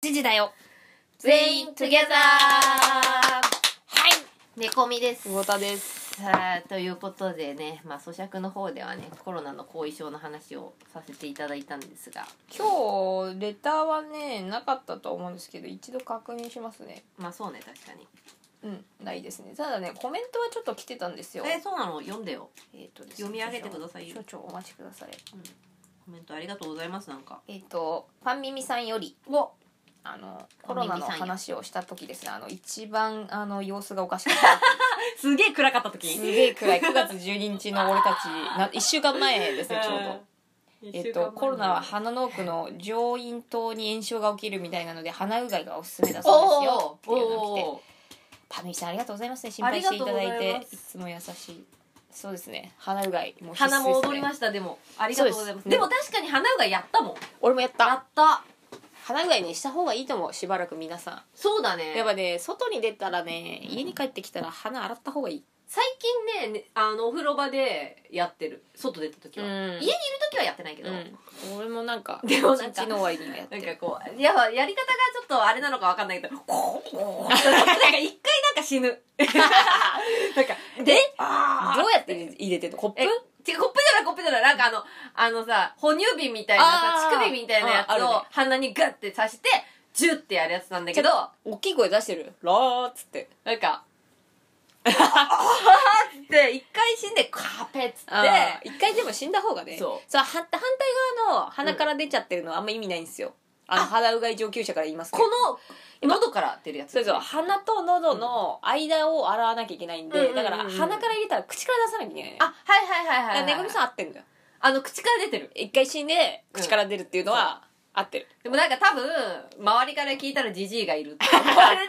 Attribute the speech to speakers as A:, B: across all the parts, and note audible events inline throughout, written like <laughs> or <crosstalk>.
A: 時だよ
B: 全員 together はい
A: 寝込みです
B: 久保田です
A: さあということでね、まあ、咀嚼の方ではねコロナの後遺症の話をさせていただいたんですが、
B: 今日レターはねなかったと思うんですけど一度確認しますね
A: まあそうね確かに
B: うんないですねただねコメントはちょっと来てたんですよ
A: えーそうなの読んでよ、
B: えーとですね
A: 読み上げてくださいよ
B: 少々お待ちください
A: うん、コメントありがとうございますなんか
B: えっ、とパン耳さんより
A: お
B: あの
A: パ
B: コ
A: ンミ
B: ロ
A: ミさ
B: ナ
A: んよ
B: の話をした時ですねあの一番あの様子がおかしか
A: <laughs>
B: った
A: すげえ暗かった
B: す
A: 時
B: げえ暗い9月12日の俺たちな1週間前ですねちょうど。えっと、コロナは鼻の奥の上咽頭に炎症が起きるみたいなので鼻うがいがおすすめだそうですよっていうのが来て
A: お
B: パミさんありがとうございますね心配していただ
A: あ
B: い
A: りがとうござい
B: て
A: ます
B: いつも優しいそうですね鼻うがいもう必須です、
A: 鼻
B: ね、
A: も踊りましたでもありがとうございます
B: そうです
A: で,、
B: ね
A: も確かに鼻がやったもん
B: 俺もやっ
A: や
B: た
A: った
B: 鼻うがいねした方がいいと思うしばらく皆さ
A: そうだね
B: んやっぱね外に出たらね家に帰ってきたら鼻洗った方がいい
A: 最近ねねあのお風呂場でやってる外出た時は、
B: うん
A: 家にいる時はやってないけど、
B: うん、俺もなんか
A: でもなんか
B: 一日の終わりにはやって
A: なん
B: る
A: かこういややり方がちょっとあれなのかわかんないけどこうこうなんか一回なんか死ぬなん
B: <laughs>
A: かで
B: どうやって入れてんのコップ
A: え違うコップじゃないコップじゃないなんかあのあのさ哺乳瓶みたいなさ
B: あー
A: 乳首みたいなやつ
B: うんある
A: を
B: ね
A: 鼻にガッて刺してジュッてやるやつなんだけど
B: ち大きい声出してるラーっつって
A: なんかあー <laughs> って一回死んでカーペッつって
B: で一回でも死んだ方がね
A: そう
B: 反反対側の鼻から出ちゃってるのはあんま意味ないんですよ、あの鼻うがい上級者から言いますけ
A: こ
B: ど
A: の喉から出るやつ
B: そうそう鼻と喉の間を洗わなきゃいけないんで、
A: うんうんうん
B: だから鼻から入れたら口から出さなきゃいけないね
A: あはいはいはいはい、はい、
B: だからねぐみさん合ってんだよ
A: あの口から出てる
B: 一回死んで口から出るっていうのは合ってる、
A: でもなんか多分周りから聞いたらジジイがいる <laughs> って言われてる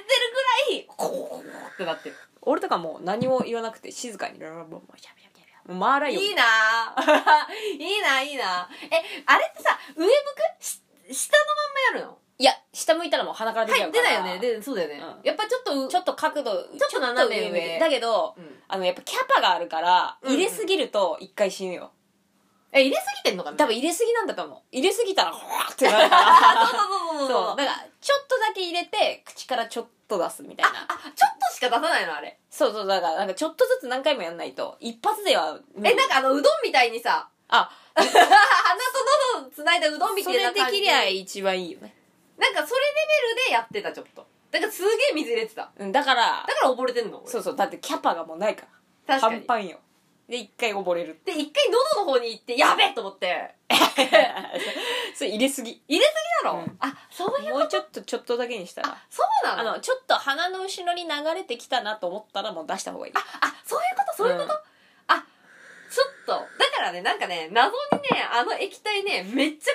A: ぐらいこうってなってる
B: 俺とかもう何も言わなくて静かにララララもうしゃべしゃべしゃべもう回らんよ
A: いいな <laughs> ぁいいなぁいいなぁえあれってさ上向くし下のまんまやるの
B: いや下向いたらもう鼻から出ち
A: は
B: ゃ
A: いう
B: か
A: 出
B: ら、
A: ないよねでそうだよね、
B: うん
A: やっぱちょっとう
B: ちょっと角度ちょ
A: っと斜め上
B: っとでだけど
A: うん
B: あのやっぱキャパがあるから
A: うんうん
B: 入れすぎると一回死ぬよ、
A: え入れすぎてんのかな
B: 多分入れすぎなんだと思う入れすぎたらほわーってなるから
A: そうそうそう
B: <laughs> そ
A: そうう
B: だからちょっとだけ入れて口からちょっと出すみたいな
A: あちょっとしか出さないのあれ、
B: そうそうだからなんかちょっとずつ何回もやんないと一発では
A: えなんかあのうどんみたいにさ
B: あ
A: 鼻と喉をつないだうどんみた
B: そ
A: いな
B: れ
A: 感じ
B: できりゃ一番いいよね、
A: なんかそれレベルでやってたちょっとだからすげえ水入れてた
B: うん、だから
A: だから溺れてんの俺
B: そうそうだってキャパがもうないか
A: 確
B: ら
A: かに
B: パンパンよで一回溺れ <laughs> る
A: で一回喉の方に行ってやべえと思って
B: それ入れすぎ
A: 入れすぎだろ、
B: うん
A: あそういう
B: もうちょっとちょっとだけにしたら
A: そうな
B: あ
A: のあ
B: のちょっと鼻の後ろに流れてきたなと思ったらもう出した方がいい
A: そういうことそういうこと、
B: う
A: あちょっとだからねなんかね謎にねあの液体ねめちゃくち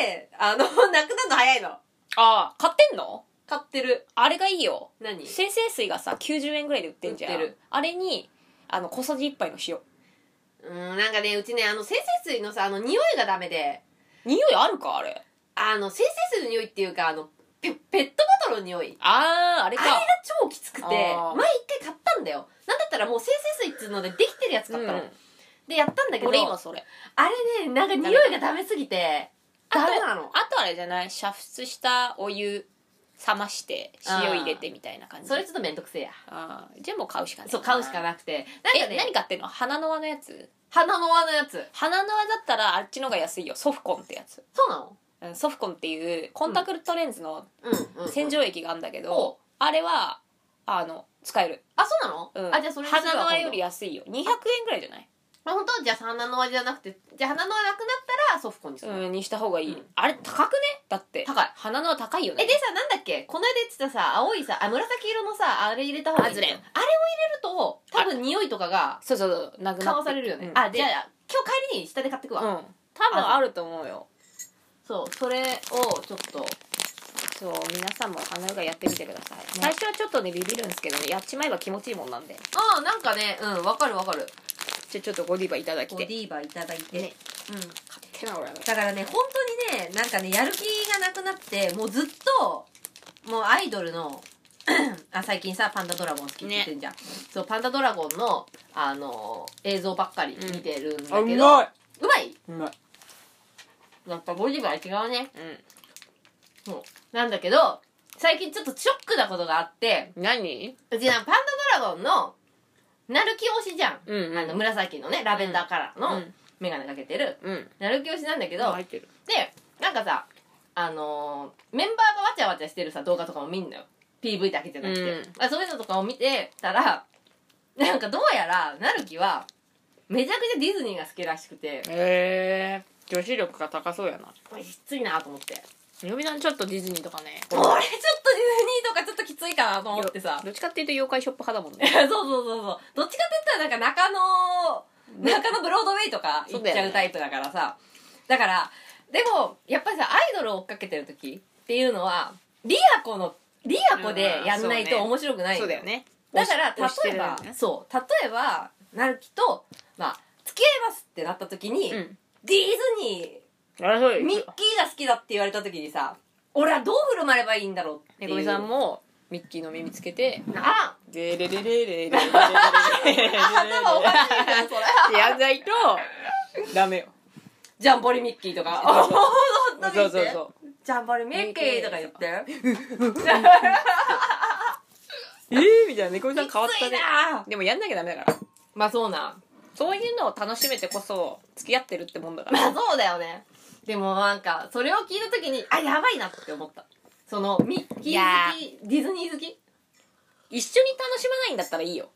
A: ゃねあの <laughs> なくなるの早いの
B: ああ買ってんの
A: 買ってる
B: あれがいいよ
A: 何
B: 生成水がさ90円ぐらいで売ってんじゃ
A: 売って
B: ん
A: る
B: あれにあの小さじ1杯の塩
A: うんなんかねうちねあの生成水のさあの匂いがダメで
B: 匂いあるかあれ
A: あの生成水の匂いっていうかあのペペットボトルの匂い
B: あーあれ
A: あ
B: か
A: れが超きつくて前
B: あー
A: 一回買ったんだよなんだったらもう生成水っつうのでできてるやつ買ったの、
B: うん
A: でやったんだけど
B: 俺今それ
A: あれねなんか匂いがダメすぎて
B: ダ
A: ダ
B: メ
A: メなの
B: あとあれじゃない煮沸したお湯冷まして塩入れてみたいな感じ
A: それちょっとめんどくせえや
B: あーじゃあもう買うしかない
A: そう買うしかなくてなんか
B: え
A: ね
B: 何買ってんの花の輪のやつ
A: 鼻の輪のやつ
B: 花の輪だったらあっちの方が安いよソフコンってやつ
A: そうなの
B: うんソフコンっていうコンタクトレンズの
A: うんうん
B: 洗浄液があるんだけど、
A: ほ
B: あれはあの使える、
A: あそうなの、
B: うん、
A: あじゃあそれにするわ
B: 花の輪より
A: 今
B: 安いよ200円ぐらいじゃない
A: 度まあ本当はじゃあ鼻の輪じゃなくてじゃあ鼻の輪なくなったらソフコンにする、
B: うん、にした方がいい、
A: うん
B: あれ高くねだって
A: 高い
B: 鼻のは高いよね
A: えでさなんだっけこの間言ってたさ青いさあ紫色のさあれ入れた方がいい
B: アズレン
A: あれを入れると多分匂いとかが
B: そうそうそうなくなって
A: 緩和されるよね、
B: うん
A: あじゃあ
B: で
A: 今日帰りに下で買ってくわ、
B: うん多分あると思うよ
A: そうそれをちょっと
B: そう皆さんも鼻うがいやってみてください、最初はちょっとねビビるんですけどねやっちまえば気持ちいいもんなんで
A: ああなんかねうんわかるわかる
B: じゃあちょっとゴディバいただき
A: ボ
B: て
A: ディーバーいただいて、
B: ね
A: うん
B: 買ってな俺は
A: だからね本当にねなんかねやる気がなくなってもうずっともうアイドルの <clears throat> あ最近さパンダドラゴン好きって言ってんじゃん、そうパンダドラゴンのあのー映像ばっかり見てるんだけど、うまいう
B: まい
A: やっぱボディーバー違うね
B: うん
A: なんだけど最近ちょっとショックなことがあって、
B: 何
A: うちなパンダドラゴンの、なるき推しじゃん。
B: うんうん
A: あの、紫のね、ラベンダーカラー
B: う
A: の
B: ん
A: メガネかけてる、
B: うん
A: なるき推しなんだけど、
B: 入ってる
A: で、なんかさ、あのーメンバーがわちゃわちゃしてるさ、動画とかも見んのよ。PV だけじゃなくて。
B: うん
A: あそういうのとかを見てたら、 <laughs> なんかどうやら、なるきは、めちゃくちゃディズニーが好きらしくて、
B: へえ女子力が高そうやな
A: これきついなと思って。
B: みびさんちょっとディズニーとかね
A: 俺ちょっとディズニーとかちょっときついかなと思ってさ。
B: どっちかっていうと妖怪ショップ派だもんね
A: そうそうそうそう。どっちかって言ったらなんか中野、中野ブロードウェイとか行っちゃうタイプだからさ。だから、でも、やっぱりさ、アイドルを追っかけてる時っていうのは、リアコの、リアコでやんないと
B: うん
A: 面白くない、
B: そうだよ。ね
A: だから、
B: 押し
A: 例えば、
B: 押してるよね
A: そう、例えば、なるきと、まあ、付き合いますってなった時に、
B: うん
A: ディズニ
B: あらそう
A: ー、ミッキーが好きだって言われた時にさ、俺はどう振る舞えばいいんだろうって
B: ね
A: いう。
B: こみさんもミッキーの耳つけて
A: あ
B: 「でれれれれれれれれれれれれ
A: 頭おかしいな、それ。
B: ってやんないとダメよ
A: ジャンボリミッキーと <laughs> か。
B: そうそうそう
A: う。ジャンボリミッキーとか言って。 <laughs>
B: えーみたいなねこみさん変わっ
A: きつ
B: た
A: い
B: ね
A: な
B: でもやんなきゃダメだから
A: まあそうな。
B: そういうのを楽しめてこそ付き合ってるってもんだか
A: まあ
B: ら
A: そうだよね。でもなんか、それを聞いたときに、あ、やばいなって思った。その、ミッキ
B: い
A: ー
B: や
A: 好き、ディズニー好き
B: 一緒に楽しまないんだったらいいよ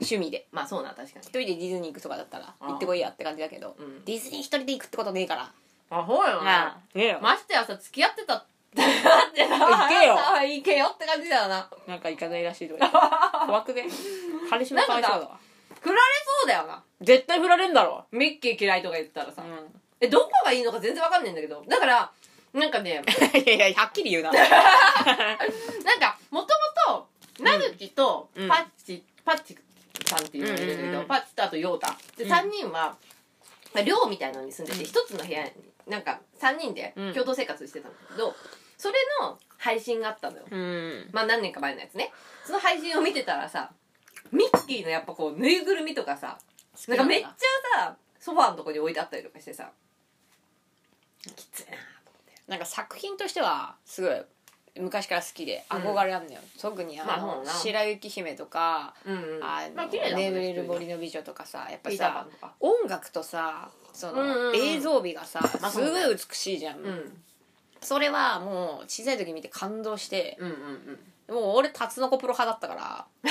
B: 趣味で
A: まあそうな、確かに
B: 一。人でディズニー行くとかだったら
A: あ
B: 行ってこいやって感じだけど、
A: うん
B: ディズニー一人で行くってことねえから
A: あ、そうよな。
B: ねえよ
A: ましてやさ、付き合ってたってなってさ、
B: 行けよ
A: <laughs> 行けよって感じだよ <laughs> な。
B: なんか行かないらしいとか言って怖くね彼氏もかわいそうだわ
A: 振られそうだよな。
B: 絶対振られんだろ
A: ミッキー嫌いとか言ったらさ
B: う。
A: え、どこがいいのか全然わかんないんだけど。だから、なんかね、
B: んいやいやはっきり言うな
A: なんか、もともと、なるきと、
B: うん
A: パッチ、パッチさんっていうのがいるんだけ
B: うんうん
A: ど、
B: うん
A: パッチとあとヨータ。で、
B: うん
A: 3人は、まあ寮みたいなのに住んでて、一つの部屋に、なんか、3人で
B: うん
A: 共同生活してたんだけど、それの配信があったのよ。
B: うん
A: まあ、何年か前のやつね。その配信を見てたらさ、ミッキーのやっぱこう、ぬいぐるみとかさ、なんかめっちゃさ、ソファーのとこに置いてあったりとかしてさ、きついなと思って。
B: なんか作品としてはすごい昔から好きで憧れあんのよ、特にあの、
A: まあそうだな
B: 白雪姫とか、
A: うん、うん。
B: あの、
A: まあ綺麗だもんね
B: 眠れる森の美女とかさやっぱ
A: ピーターパ
B: さ
A: ンとか。
B: 音楽とさその、
A: うんうんうん
B: 映像美がさ
A: まあ
B: す
A: そう
B: ご
A: だよ
B: い美しいじゃん、
A: うん。うん
B: それはもう小さい時見て感動して、
A: うんうん。
B: もう俺タツノコプロ派だったからい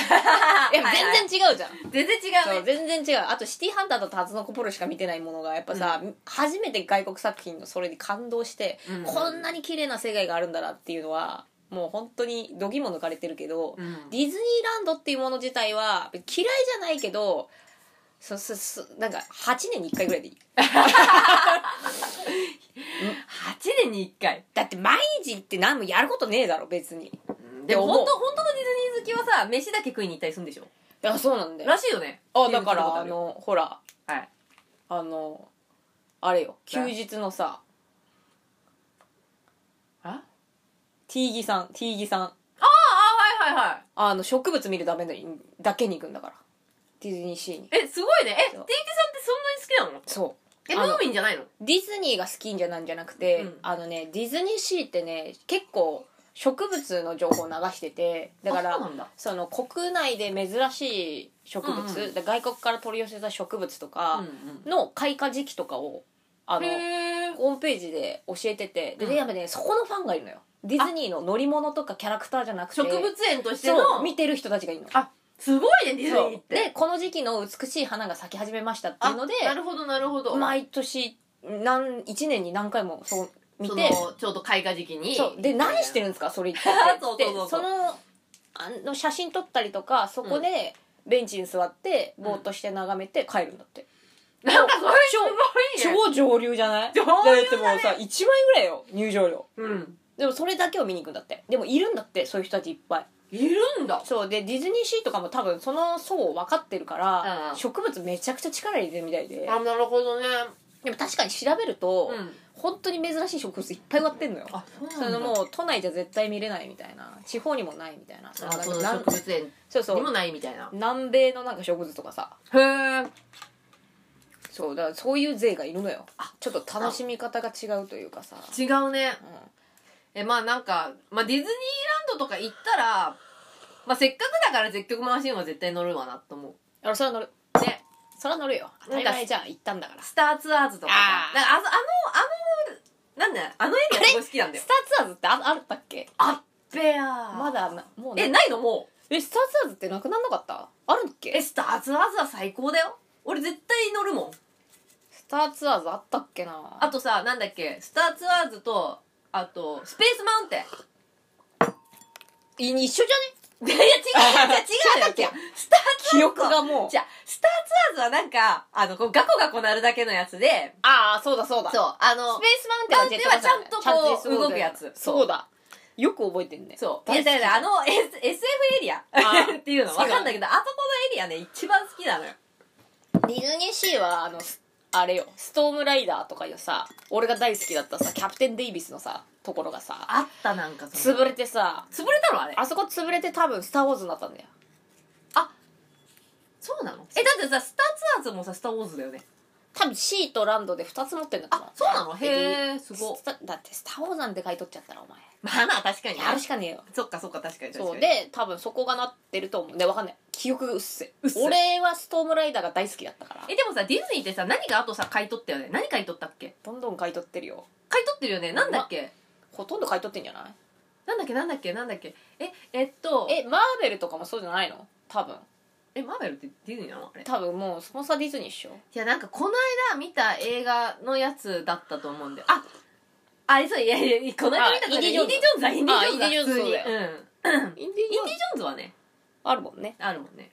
A: え
B: や全然違うじゃん、
A: 全然違
B: そう
A: <laughs> うね
B: 全然違うあとシティーハンターとタツノコプロしか見てないものがやっぱさ、初めて外国作品のそれに感動して、
A: うん
B: こんなに綺麗な世界があるんだなっていうのはもう本当にどぎも抜かれてるけど、ディズニーランドっていうもの自体は嫌いじゃないけどそそそなんか8年に1回ぐらいでいい
A: 8年に1回
B: だって毎日行って何もやることねえだろ別に
A: でも
B: 思
A: 本
B: う
A: 当本当のディズニー好きはさ飯だけ食いに行ったりするんでしょ
B: だからそうなんだよ
A: らしいよね
B: あだか
A: 聞いたこ
B: ら
A: と
B: あ
A: る
B: のほら
A: はい
B: あのあれよ休
A: 何
B: 日のさ
A: あ
B: T ギさん T ギさん
A: あはいはいは
B: あの植物見るためのだけに行くんだからディズニーシーに
A: いえすごいねえ TT さ
B: そ
A: んっ
B: う
A: てそんなに好きなの
B: そ
A: え
B: あの
A: ムーミンじゃないの
B: うディズニーが好きんじゃなんじゃなくて、
A: うん
B: あのねディズニーシーってね結構植物の情報を流しててだか
A: あ
B: ら
A: そうなんだ
B: その国内で珍しい植物、
A: うんうん
B: で外国から取り寄せた植物とか
A: ん
B: の開花時期とかをあの
A: へー
B: ホームページで教えててで、
A: うん
B: やっぱねそこのファンがいるのよディズニーの乗り物とかキャラクターじゃなくて
A: 植物園としての
B: そう見てる人たちがいるの
A: あすごいねディズニーっ
B: そうで
A: て
B: この時期の美しい花が咲き始めましたっていうので
A: なるほどなるほど
B: 毎年何1年に何回もそう見
A: そ
B: て
A: のちょうど開花時期に
B: そうで何してるんですか
A: <laughs>
B: それ言って
A: そう
B: で
A: そうそう
B: そのあの写真撮ったりとかそこでベンチに座ってぼーっとして眺めて帰るんだって、
A: なんかそれすごいね
B: 超上流じゃない
A: 上流だね
B: ってもうさ1万円ぐらいよ入場料
A: うん
B: でもそれだけを見に行くんだってでもいるんだってそういう人たちいっぱい
A: いるんだ
B: そうでディズニーシーとかも多分その層を分かってるから、
A: うん
B: 植物めちゃくちゃ力入れてるみたいで
A: あなるほどね
B: でも確かに調べると、
A: うん
B: 本当に珍しい植物いっぱい植わってんのよ
A: あそう
B: そのもう都内じゃ絶対見れないみたいな地方にもないみたいな
A: あそ
B: の
A: の
B: なん
A: 植物園
B: そうそ
A: にも
B: う
A: ないみたいな
B: 南米のなんか植物とかさ
A: へえ
B: そうだからそういう勢がいるのよちょっと楽しみ方が違うというかさ、
A: 違うね
B: うん
A: えまあなんか、まあ、ディズニーランとか行ったら、まあ、せっかくだから絶叫マシンは絶対乗るわなと思
B: 俺それは乗る
A: う。ね。
B: それは乗るよ当たり前じゃん行ったんだから
A: スターツアーズとかさ
B: あー
A: なんかあの、あの、なんだ、あのエリアすごい好きなんだよ
B: ス。ターツアーズってああったっけ
A: あっべやー。
B: まだなもう
A: え、
B: ね
A: ないのもう。
B: えスターツアーズってなくなんなかったあるっ
A: え、
B: け
A: スターツアーズは最高だよ。俺絶対乗るもん。
B: スターツアーズあったっけな
A: あとさ、なんだっけ、スターツアーズと、あと、スペースマウンテン。
B: い一緒じゃね
A: <laughs> いや、違う、違う、違う
B: 違う
A: よ。スターツアーズ。
B: 記憶がもう
A: じゃあスターツアーズはなんか、あの、こうガコガコ鳴るだけのやつで、
B: ああそうだそうだ
A: そう、あの
B: スペ、ースマウンテンはジェットコースター
A: マウンテンは
B: だね
A: ちゃんとこう
B: ジェットコースターだよ
A: 動くやつ
B: そうだよく覚えてんね
A: そう。いや、
B: 大好き
A: だからあの S SF エリア <laughs>
B: ー
A: っていうのわかんないけど、あそこのエリアね、一番好きなのよ。
B: ディズニーシーはあのすあれよストームライダーとかよさ俺が大好きだったさキャプテン・デイビスのさところがさ
A: あったなんかその
B: 潰れてさ
A: 潰れたのあれ。
B: あそこ潰れて多分「スター・ウォーズ」になったんだよ
A: そうなのえ、だってさ、スターツアーズもさ、スターウォーズだよね。
B: 多分シーとランドで2つ持ってんだから
A: あ、そうなのへえ、すごい
B: ス。タだって「スター・ウォーズ」なんて買い取っちゃったらお前
A: まあまあ、確かに。
B: やるしかねえよ
A: そっかそっか、確かに確か
B: そう
A: に。
B: で多分そこがなってると思うでわかんない記憶うっせ
A: うっせ
B: 俺はストームライダーが大好きだったから
A: え、でもさ、ディズニーってさ、何があとさ、買い取ったよね。何買い取ったっけ
B: どんどん買い取ってるよ
A: 買い取ってるよね。なんだっけ
B: ほとんど買い取ってんじゃない
A: なんだっけなんだっけなんだっけえ、えっと、
B: えマーベルとかもそうじゃないの多分
A: え、マーベルってディズニーなのあれ。
B: 多分もうスポンサーディズニーっしょ
A: いやなんかこの間見た映画のやつだったと思うんだよああそういやいやこの間見た
B: あインディ
A: インディ・ジョーンズだインディ・ジョーンズだ
B: あインディ
A: 普通
B: ジョーンズだ
A: にうん
B: インディ・
A: インディ・ジョーンズはね
B: あるもんね
A: あるもんね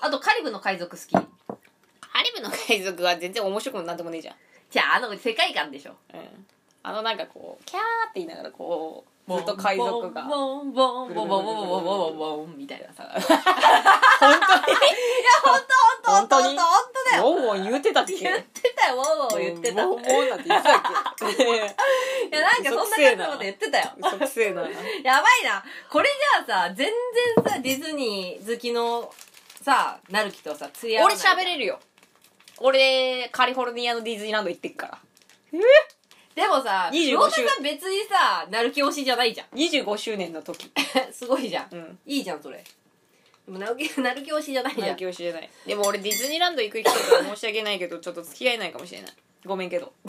A: あとカリブの海賊好き
B: カリブの海賊は全然面白くもなんでもねえじゃん、
A: じゃああの世界観でしょ
B: うん、あのなんかこうキャーって言いながらこうずっと海賊が
A: ボンボンボンボンボンボンボンボンボンボンボンみたいなさいや
B: 本当に
A: 本当本当本当本当だよ
B: ウォンウォン言うてたっけ
A: 言ってたよワンワン言ってたい
B: ウォンウォンなんて言ってたっ
A: <laughs>
B: け
A: やなんかそんな感じのこと言ってたよ
B: 嘘くせえな
A: やばいな。これじゃあさ、全然さ、ディズニー好きのさ、なるきとさ、つり合わな
B: 俺
A: い。
B: 喋
A: る。
B: れるよ俺カリフォルニアのディズニーランド行ってっから
A: でもさ、
B: 25
A: 魚田さん別にさ、なるき推しじゃないじゃ
B: 25周年の時
A: ん。すごいじゃん。
B: うん
A: いいじゃん、それ。でも、なるき、なるき推しじゃないじゃん。
B: 教師じゃないでも俺ディズニーランド行く人と申し訳ないけどちょっと付き合えないかもしれないごめんけど
A: <laughs>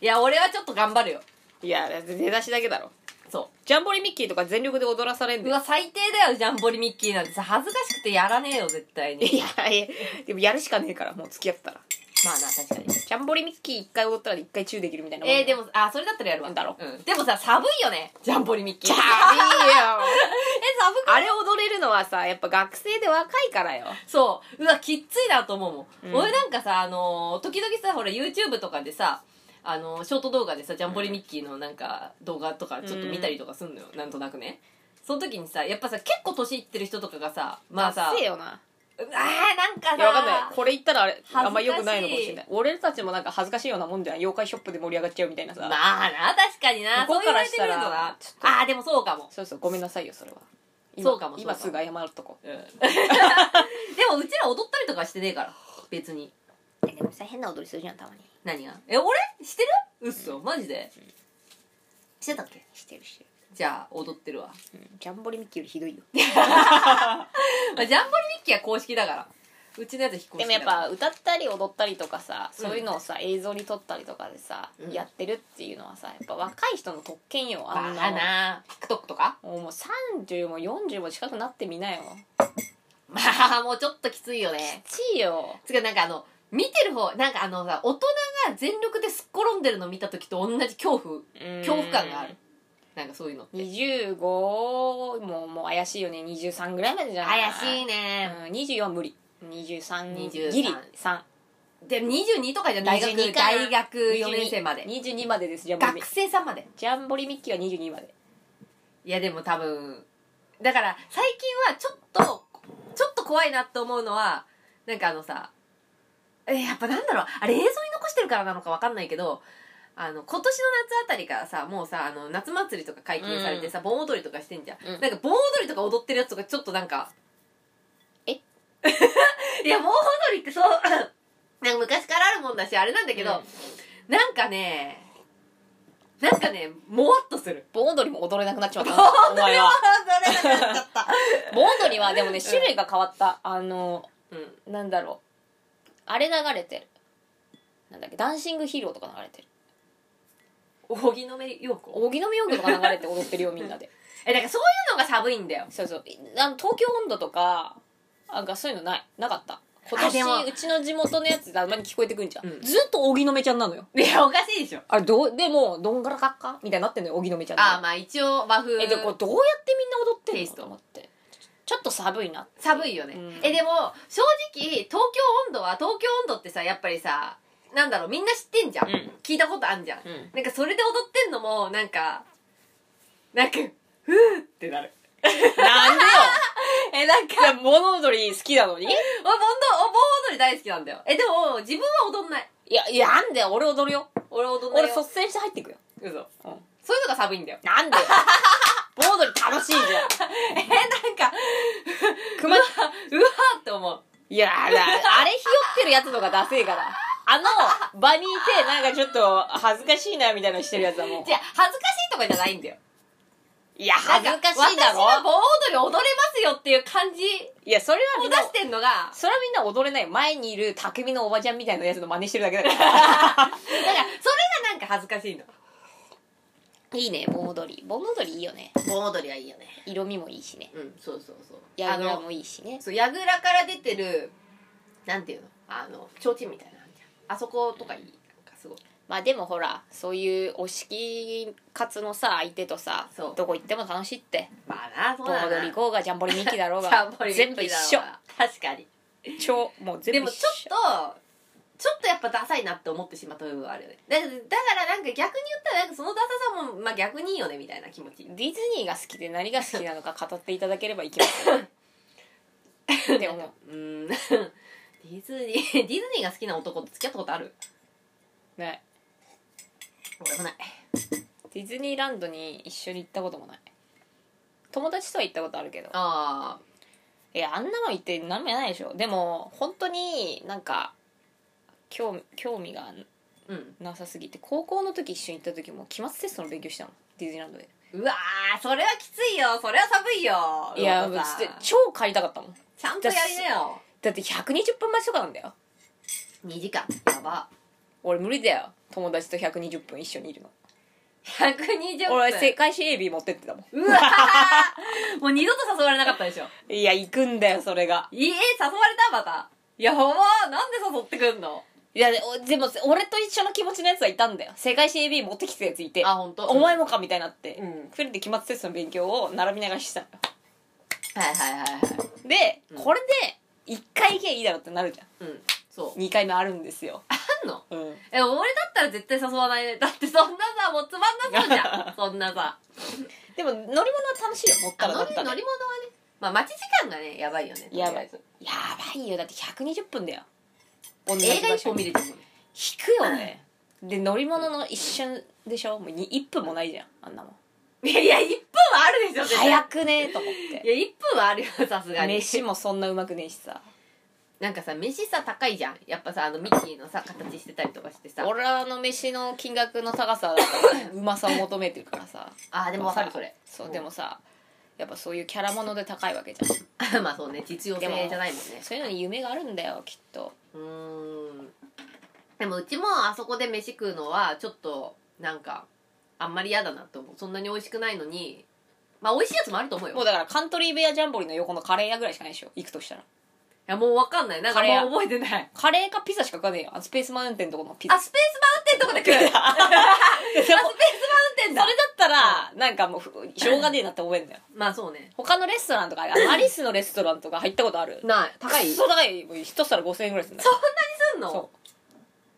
A: いや、俺はちょっと頑張るよ。
B: いやだって出だしだけだろ
A: そ
B: ジャンボリミッキーとか全力で踊らされん
A: う。う
B: で
A: わ、最低だよ、ジャンボリミッキーなんてさ、恥ずかしくてやらねえよ、絶対に。
B: <laughs> いやいやでもやるしかねえからもう付き合ったら
A: まあな、確かに。
B: ジャンボリミッキー一回踊ったら一回チューできるみたいなもんだ
A: えー、でも、あ、それだったらやるわ。
B: だろ
A: うん。でもさ、寒いよね、ジャンボリミッキー。
B: じ
A: <laughs> え、
B: ゃあいいよ
A: 寒くない
B: あれ踊れるのはさやっぱ学生で若いからよ
A: そう。うわ、きっついなと思うもん。
B: うん
A: 俺なんかさ、あのー時々さ、ほら、YouTube とかでさ、あのーショート動画でさ、ジャンボリミッキーのなんか、動画とかちょっと見たりとかすんのよ。なんとなくね。その時にさ、やっぱさ、結構年いってる人とかがさ、まあさ
B: せ、えよな
A: あーなんかさ、
B: いやわかんないこれ言ったらあれ
A: 恥ずかしい
B: あんま良くないのかもしれない俺たちもなんか恥ずかしいようなもんじゃん妖怪ショップで盛り上がっちゃうみたいなさ、
A: まあな、確かにな、
B: 向こ
A: そうう
B: か
A: 言わ
B: ら
A: れ
B: してた
A: みる
B: ら
A: とな。
B: ちょっと
A: あー、でもそうかも。
B: そうそうごめんなさいよそれは今
A: そうかも
B: 今
A: そ
B: す
A: う
B: ぐ
A: か
B: 謝るとこ
A: うん <laughs> でも、うちら踊ったりとかしてねえから、別に。
B: でもさ変な踊りするじゃんたまに
A: 何がえ、俺してる嘘、マジで、してたっけ
B: してるしてる、
A: じゃあ、踊ってるわ。
B: うん、ジャンボリミッキーよりひどいよ
A: まあ、 <laughs> ジャンボリミッキーは公式だからうちのやつ非公
B: <laughs> で
A: 式
B: もや
A: だ
B: っ
A: から
B: ぱ歌ったり踊ったりとかさ
A: うん
B: そういうのをさ、映像に撮ったりとかでさ、
A: うん
B: やってるっていうのはさやっぱ若い人の特権よあん
A: バカ
B: なの
A: な TikTok とか <laughs>
B: もうもう30も40も近くなってみなよ
A: まあもうちょっときついよね
B: ちいよ
A: つうかなんかあの見てる方なんかあのさ大人が全力ですっ転んでるの見た時と同じ恐怖恐怖感があるなんかそういうのって
B: 25ももう怪しいよね23ぐらいまでじゃない
A: 怪しいね、
B: うん、24無理23
A: 23
B: ギリ3
A: でも22とかじゃ大
B: 22
A: 学
B: か
A: 大学4年生まで
B: 22までですジャンボリミ
A: 学生さんまで
B: ジャンボリミッキーは22まで
A: いやでも多分だから最近はちょっとちょっと怖いなって思うのはなんかあのさえーやっぱなんだろうあれ映像に残してるからなのかわかんないけどあの今年の夏あたりからさもうさあの夏祭りとか解禁されてさ、盆踊りとかしてんじゃん、
B: うん
A: なんか盆踊りとか踊ってるやつとかちょっとなんか <laughs>
B: え
A: いや盆踊りってそう <coughs> なんか昔からあるもんだしあれなんだけど、なんかねなんかねもわっとする
B: 盆踊りも踊れなくなっち
A: <laughs>
B: まったなお
A: そ
B: 前
A: れは
B: は
A: それなっちゃった
B: 盆踊りはでもね種類が変わったあの
A: うん
B: なんだろうあれ流れてるなんだっけダンシングヒーローとか流れてる
A: 荻野目洋子
B: 荻野目洋子とか流れて踊ってるよみ
A: <laughs>
B: んなで
A: えだからそういうのが寒いんだよ
B: そうそうあの東京温度とかなんかそういうのないなかった今
A: でも
B: 年うちの地元のやつたまに聞こえてくんじゃん、
A: うん
B: ずっと荻野目ちゃんなのよ
A: いやおかしいでしょ
B: あれどうでもどんがらかっかみたいになってんのよ荻野目ちゃんの
A: あまあ一応和風
B: えじゃあこれどうやってみんな踊って
A: テ
B: ん
A: イ
B: の
A: スト
B: と思ってちょっと寒いな
A: 寒いよね、
B: うん
A: えでも正直東京温度は東京温度ってさやっぱりさなんだろうみんな知ってんじゃん、
B: うん
A: 聞いたことあんじゃん、
B: うん
A: なんかそれで踊ってんのもなんかなんかふーってなる
B: なんでよ
A: えなんか
B: いや物踊り好きなのに
A: お盆踊お盆踊り大好きなんだよえでも自分は踊んない
B: いやいやなんでよ俺踊るよ
A: 俺踊んない
B: 俺
A: よ
B: 率先して入っていくよ、
A: 嘘
B: うん、
A: そういうのが寒いんだよ
B: なん <laughs> でよ盆踊り楽しいじゃん
A: えなんか
B: 熊
A: うわーって思う
B: いやーだ、あれひよってるやつのがダセえから。あの場にいて、なんかちょっと恥ずかしいなみたいなのしてるやつはもう。
A: じゃあ恥ずかしいとかじゃないんだよ
B: いや、恥ずかしい
A: な
B: だ
A: んか私は
B: ろ。
A: 盆踊り踊れますよっていう感じ
B: いや、それは
A: を
B: みん
A: 出
B: な、
A: してんのが
B: それはみんな踊れない。前にいる匠のおばちゃんみたいなやつの真似してるだけだから。
A: だからそれがなんか恥ずかしいの
B: <laughs> いいね、盆踊り。盆踊りいいよね。
A: 盆踊りはいいよね
B: 色味もいいしね。
A: うんそうそうそう
B: やぐら
A: あの
B: もいいしね。
A: そう櫓から出てるなんていうのあの提灯みたいなのあんじゃんあそことかいいなんかすごい
B: まあでもほら、そういうお式活のさ、相手とさ
A: そう、
B: どこ行っても楽しいって。
A: まあなそう
B: 盆
A: だな
B: 踊り行こうが、ジャンボリミッキーだろう
A: ジャ
B: が
A: ンボリ、ミッキー
B: 全部一
A: だ
B: 緒
A: ろう。が確かに
B: 超、もう全
A: でも
B: 部一緒。
A: ちょっとちょっとやっぱダサいなって思ってしまった部分はあるよねだだからなんか逆に言ったらなんかそのダサさも、まあ、逆にいいよ <laughs> ねみたいな気持ち
B: ディズニーが好きで何が好きなのか語っていただければいきますよ
A: <laughs>
B: って思う
A: うんディズニーディ <laughs> ズニーが好きな男と付き合ったことある
B: ね
A: 俺もない
B: ディズニーランドに一緒に行ったこともない友達とは行ったことあるけど
A: あ
B: いやあんなの行って何もやらないでしょでも本当になんか興味興味が
A: あうん
B: なさすぎて高校の時一緒に行った時も期末テストの勉強したのディズニーランドで
A: うわーそれはきついよそれは寒いよ
B: いや
A: うわさ
B: つって超帰りたかったもん
A: ちゃんとやりなよ
B: だって120分待ちとかなんだよ
A: 2時間やば
B: 俺無理だよ友達と120分一緒にいるの
A: 120分
B: 俺世界史 AB 持ってってたもん
A: うわーもう二度と誘われなかったでしょ
B: いや行くんだよそれが
A: いいえ誘われたまたやばーなんで誘ってくんの
B: いや、でおでも、俺と一緒の気持ちのやつはいたんだよ。世界史 AB 持ってきたやついて。
A: あ本当
B: お前もかみたいになって。
A: うん
B: 二人で期末テストの勉強を並び流してたのよ。
A: はいはいはいはい
B: で、
A: うん
B: これで、一回行けばいいだろってなるじゃん。
A: うんそう
B: 二回目あるんですよ。
A: あんの
B: うん。
A: え俺だったら絶対誘わないねだ <laughs> ってそんなさもうつまんなそうじゃ
B: <laughs>
A: んそんなさ
B: でも、乗り物は楽しいよ。乗っ
A: あ
B: たら乗
A: 乗
B: っ
A: り
B: た
A: 乗
B: ら。や
A: り物はねまあ待ち時間がねやばいよね
B: やばい
A: とり
B: ばいよ。だって120分だよ。同
A: あえず映画一
B: 所
A: 本見れてもんね
B: 引くよね。で、乗り物の一瞬でしょもうに1分もないじゃん。あんなもん。
A: いやいや1分はあるでしょ絶対
B: 早くねと思って。
A: いや1分はあるよさすがに
B: 飯もそんなうまくねえしさ。
A: なんかさ飯さ高いじゃんやっぱさあのミッキーのさ形してたりとかしてさ
B: 俺はあの飯の金額の高さだ <laughs> とうまさを求めてるからさ
A: あーでもわかる
B: さ
A: それ
B: そううんでもさやっぱそういうキャラもので高いわけじゃん
A: <laughs> まあそうね実用性
B: でも
A: じゃないもんね
B: そういうのに夢があるんだよきっと
A: うーんでもうちもあそこで飯食うのはちょっとなんかあんまり嫌だなと思うそんなに美味しくないのにまあ美味しいやつもあると思うよ
B: もう
A: い
B: だからカントリーベアジャンボリーの横のカレー屋ぐらいしかないでしょ行くとしたら
A: やもう分かんないなんか
B: カレー屋
A: もう覚えてない
B: カレーかピザしか食わねえよあのスペースマウンテンのとこのピザ
A: あスペースマウンテンとかで
B: <laughs>
A: 食うあスペースマウ
B: でも <laughs> それ
A: ンテン
B: だ
A: だ
B: ったらなんかもうふしょうがねえなって思えんだよ
A: まあそうね
B: <laughs> 他のレストランとかあのアリスのレストランとか入ったことある
A: ない高い
B: ク
A: そ
B: ソ高いもう一皿5000円ぐらいするんだよ
A: んなにすんの
B: そ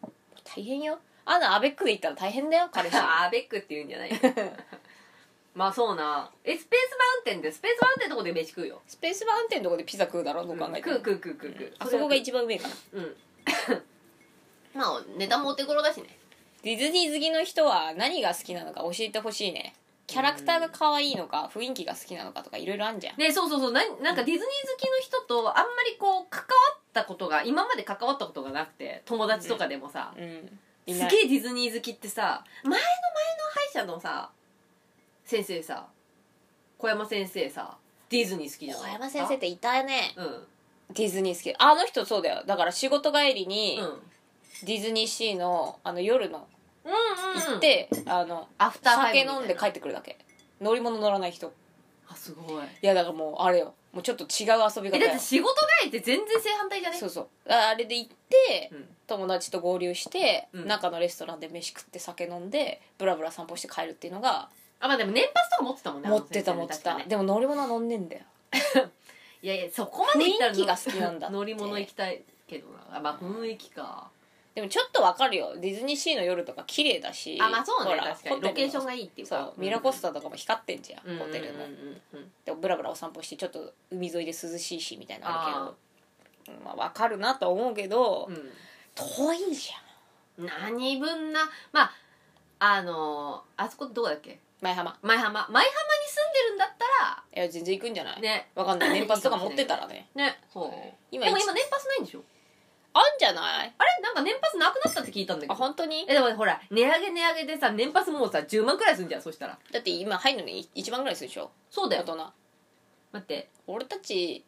B: う大変よあのアベックで行ったら大変だ
A: <laughs>
B: よ <laughs> 彼氏
A: あーベックって言うん
B: <laughs>
A: じゃないまあそうなえスペースマウンテンでスペースマウンテンのとこで飯食うよ
B: スペースマウンテンのとこでピザ食うだろどう考えて
A: 食う
B: も
A: 食う食う食う食う
B: あそこが一番うめえから
A: うん <laughs> まあネタもお手頃だしね
B: ディズニー好きの人は何が好きなのか教えてほしいねキャラクターが可愛いのか雰囲気が好きなのかとかいろいろあんじゃん
A: ねそうそうそうななんかディズニー好きの人とあんまりこう関わったことが今まで関わったことがなくて友達とかでもさ、
B: うんい
A: す
B: ない
A: げえディズニー好きってさ前の前の歯医者のさ先生さ小山先生さディズニー好きじゃ
B: 小
A: ない
B: 山先生っていたね
A: うんうん
B: ディズニー好きあの人そうだよだから仕事帰りに
A: うん
B: ディズニーシーのあの夜の
A: 行
B: 行って、あの
A: アフターファイ
B: 酒
A: ブみたいな
B: 飲んで帰ってくるだけ乗り物乗らない人
A: あすごい
B: いやだからもうあれよもうちょっと違う遊び方
A: えだっ
B: よ
A: て仕事帰りって全然正反対じゃね
B: そうそうああれで行って
A: うん
B: 友達と合流して、
A: うん
B: 中のレストランで飯食って酒飲んでブラブラ散歩して帰るっていうのが
A: あまあでも年パスとか持ってたもんね
B: 持ってた持って
A: あの先生
B: た、
A: ね確かね
B: でも乗り物は乗んねえんだよ
A: いやいやそこまで行ったら
B: 雰囲気が好きなんだって
A: 乗り物行きたいけどなあまあ雰囲気か
B: でもちょっとわかるよディズニーシーの夜とか綺麗だし
A: あまあそう
B: ほ
A: ね
B: ら
A: 確かにロケーションがいいっていう
B: そ
A: か
B: うミラコスタとかも光ってんじゃん、
A: うん
B: ホテルの
A: うんうんうんうん
B: でもブラブラお散歩してちょっと海沿いで涼しいしみたいなのあ
A: あ
B: るけどまあわかるなとは思うけど、
A: ー
B: 遠いじゃん
A: うん何分なまああのーあそこどこだっけ
B: 前浜
A: 舞浜舞浜に住んでるんだった
B: いや全然行くんじゃない、
A: らね
B: わかんない年パスとか持ってたらね
A: ねそう
B: 今
A: でも
B: 一
A: 今年パスないんでしょ
B: あんじゃない
A: あれなんか年パスなくなったって聞いたんだけ
B: あ
A: ど
B: 本当に
A: えでもほら値上げ値上げでさ年パスもうさ10万くらいすんじゃんそしたら
B: だって今入るのに1万ぐらいするでしょ
A: そうだ
B: 大
A: よ
B: 人
A: 待って
B: 俺たち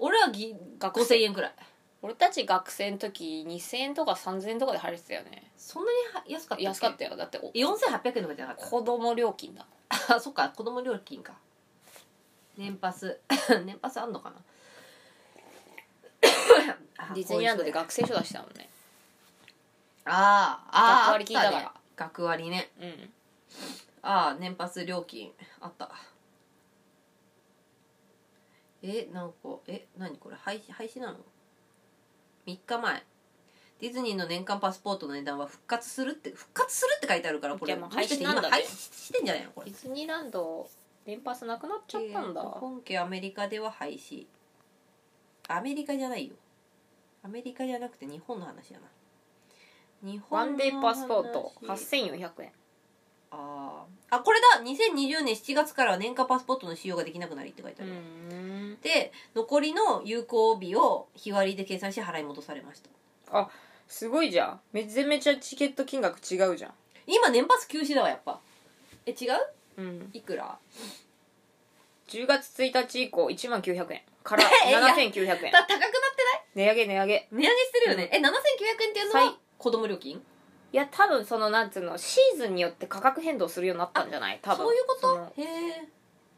A: 俺はぎ
B: 学
A: 5000
B: 生
A: 円くらい
B: 俺たち学生の時2000円とか3000円とかで入れてたよね
A: そんなには安かったっけ
B: 安かったよだってお
A: 4800円とかじゃなかっ
B: 子供料金だ
A: た
B: <laughs>
A: あそっか子供料金か年パス年パスあんのかなあ
B: ディズニーランドで学生証出したもんね
A: あーあー
B: 学割聞いたから
A: あっね学割ね
B: うん
A: ああ年パス料金あったえなんかえ何これ廃止廃止なの3日前ディズニーの年間パスポートの値段は復活するって復活するって書いてあるからこれ
B: いやもう
A: もしかして今
B: 廃止なんだ
A: 廃
B: ね
A: 止してんじゃないのこれ
B: ディズニーランド年パスなくなっちゃったんだ、
A: えー本家アメリカでは廃止アメリカじゃないよアメリカじゃなくて日本の話やな日
B: ワ
A: 本の
B: ンデーパスポート
A: 話
B: 8400円
A: あーあこれだ2020年7月からは年間パスポートの使用ができなくなりって書いてある、
B: ん
A: で残りの有効日を日割りで計算して払い戻されました
B: すごいじゃんめちゃめちゃチケット金額違うじゃん
A: 今年パス休止だわやっぱえ違う
B: うん
A: いくら
B: 10月1日以降1万900円から <laughs>
A: いや
B: 7900円
A: だ高くなってない
B: 値上げ値上げ
A: 値上げしてるよね、え7900円っていうの
B: は
A: はい子供料金
B: いや多分そのなんつうのシーズンによって価格変動するようになったんじゃない多分
A: そういうこと
B: の
A: へえ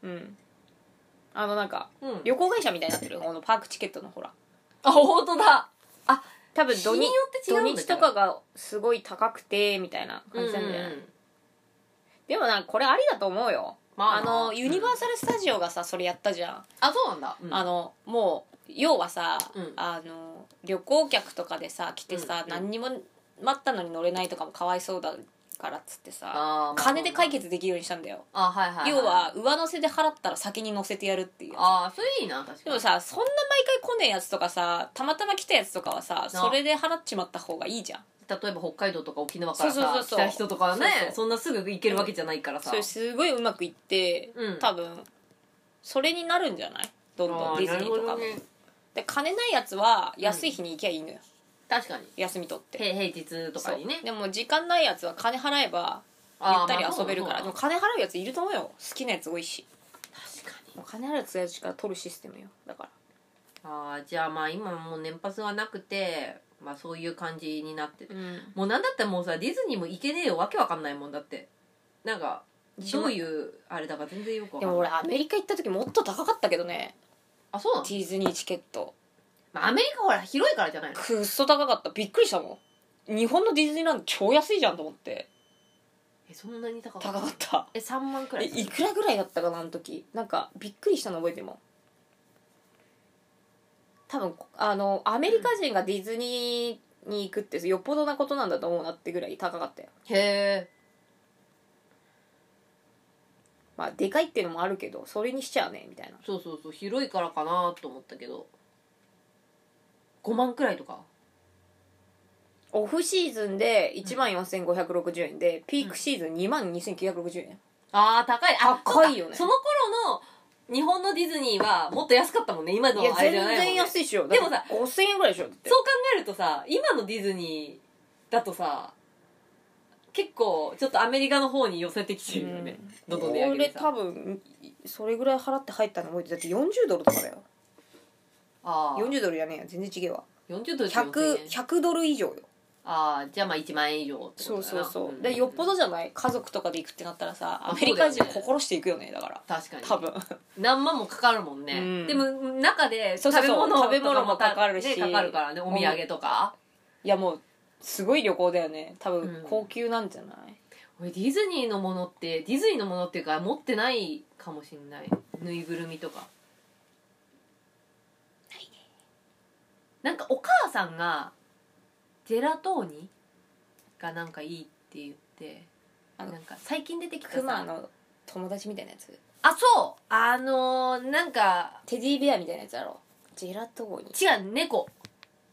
B: うんあのなんか
A: うん
B: 旅行会社みたいになってるこのパークチケットのほら
A: あ本当だ
B: 多分土
A: 日に
B: 日
A: よって違
B: 土
A: うんだ
B: 日とかがすごい高くてみたいな感じなんじゃない、でもなんかこれありだと思うよ
A: ま
B: あのユニバー
A: ル
B: サル・スタジオがさそれやったじゃん、
A: あそうなんだ、うん
B: あのもう要はさ、
A: うん
B: あの旅行客とかでさ来てさ、
A: うん
B: 何にも待ったのに乗れないとかもかわいそうだからっつってさ
A: あーまあ
B: 金で解
A: 決
B: 決できるようにしたんだよ、
A: あはいはい、い、
B: 要は上乗せで払ったら先に乗せてやるっていうやつ
A: ああそれいいな確かに
B: でもさそんな毎回来ねえやつとかさたまたま来たやつとかはさそれで払っちまった方がいいじゃん
A: 例えば北海道とか沖縄からさ
B: そうそうそうそう
A: 来た人とかはね
B: そうそう
A: そんなすぐ行けるわけじゃないからさ
B: それすごいうまくいって、
A: うん
B: 多分それになるんじゃないどんど
A: あ
B: んディズニーと
A: な
B: か
A: るほど
B: も、
A: ね
B: で金ないやつは安い日に行きゃいいのよ、
A: 確かに
B: 休み取って
A: 平平日とかにね
B: そうでも時間ないやつは金払えばゆ
A: あー
B: ったり
A: まあ
B: 遊べるから、
A: そ
B: で
A: う
B: も
A: だ
B: 金払うやついると思うよ好きなやつ多いし
A: そうだ確かに
B: もう金あるやつやつから取るシステムよだから
A: ああじゃあまあ今もう年パスはなくてまあそういう感じになってて、
B: ん
A: もうなんだったらもうさディズニーも行けねえよわけわかんないもんだってなんかどういうあれだか全然よくわ
B: で
A: かん
B: も
A: ない
B: 俺アメリカ行った時もっと高かったけどね
A: あそうなの
B: デ、ィズニーチケット
A: まあ、アメリカほら広いからじゃないの
B: くっそ高かったびっくりしたもん日本のディズニーランド超安いじゃんと思って
A: えそんなに高か
B: 高
A: った
B: かった
A: え3万くら
B: え
A: いする
B: いくらぐらいだったかなあの時なんかびっくりしたの覚えてるもん多分あのアメリカ人がディズニーに行くってよっぽどなことなんだと思うなってぐらい高かったよ
A: へえ
B: まあでかいっていうのもあるけどそれにしちゃうねみたいな
A: そうそうそう広いからかなと思ったけど5万くらいとか
B: オフシーズンで1万4560円で、ピークシーズン2万2960円
A: ああ高いあ
B: 高いよね
A: その頃の日本のディズニーはもっと安かったもんね今の
B: いや
A: あれ
B: 全
A: じゃないもん、ね、
B: 然安いっしょ
A: でもさ
B: だって5000円ぐらいでしょだって
A: そう考えるとさ今のディズニーだとさ結構ちょっとアメリカの方に寄せてきてるよね、どんどん値上げ
B: 俺
A: で
B: 多
A: さ
B: 分それぐらい払って入ったの覚えてだって40ドルとかだよ
A: あー
B: 40ドルじゃねえや全然違えわ
A: 40ドルで4000
B: 100,
A: 円
B: 100ドル以上よ
A: ああじゃあまあ1万円以上って
B: そ
A: こ
B: う
A: とだ
B: そ
A: な
B: うそう、
A: ん
B: でよっぽどじゃない家族とかで行くってなったらさ
A: あ
B: アメリカ
A: そうだよ
B: 人
A: ね
B: 心していくよねだから
A: 確かに
B: 多分 <laughs>
A: 何万もかかるもんね、
B: うん
A: でも中で
B: そう
A: 食べ
B: そうそう
A: 物と
B: 食べ物もかかるし
A: ね、かかるからねお土産とか
B: いやもうすごい旅行だよね多
A: うん
B: 分高級なんじゃない、
A: 俺ディズニーのものってディズニーのものっていうか持ってないかもしんないぬいぐるみとかないねなんかお母さんがジェラトーニがなんかいいって言って
B: あの
A: なんか最近出てきた
B: クマ
A: さ
B: の友達みたいなやつ
A: あそうあのーなんか
B: テディベアみたいなやつだろジェラトーニ
A: 違う猫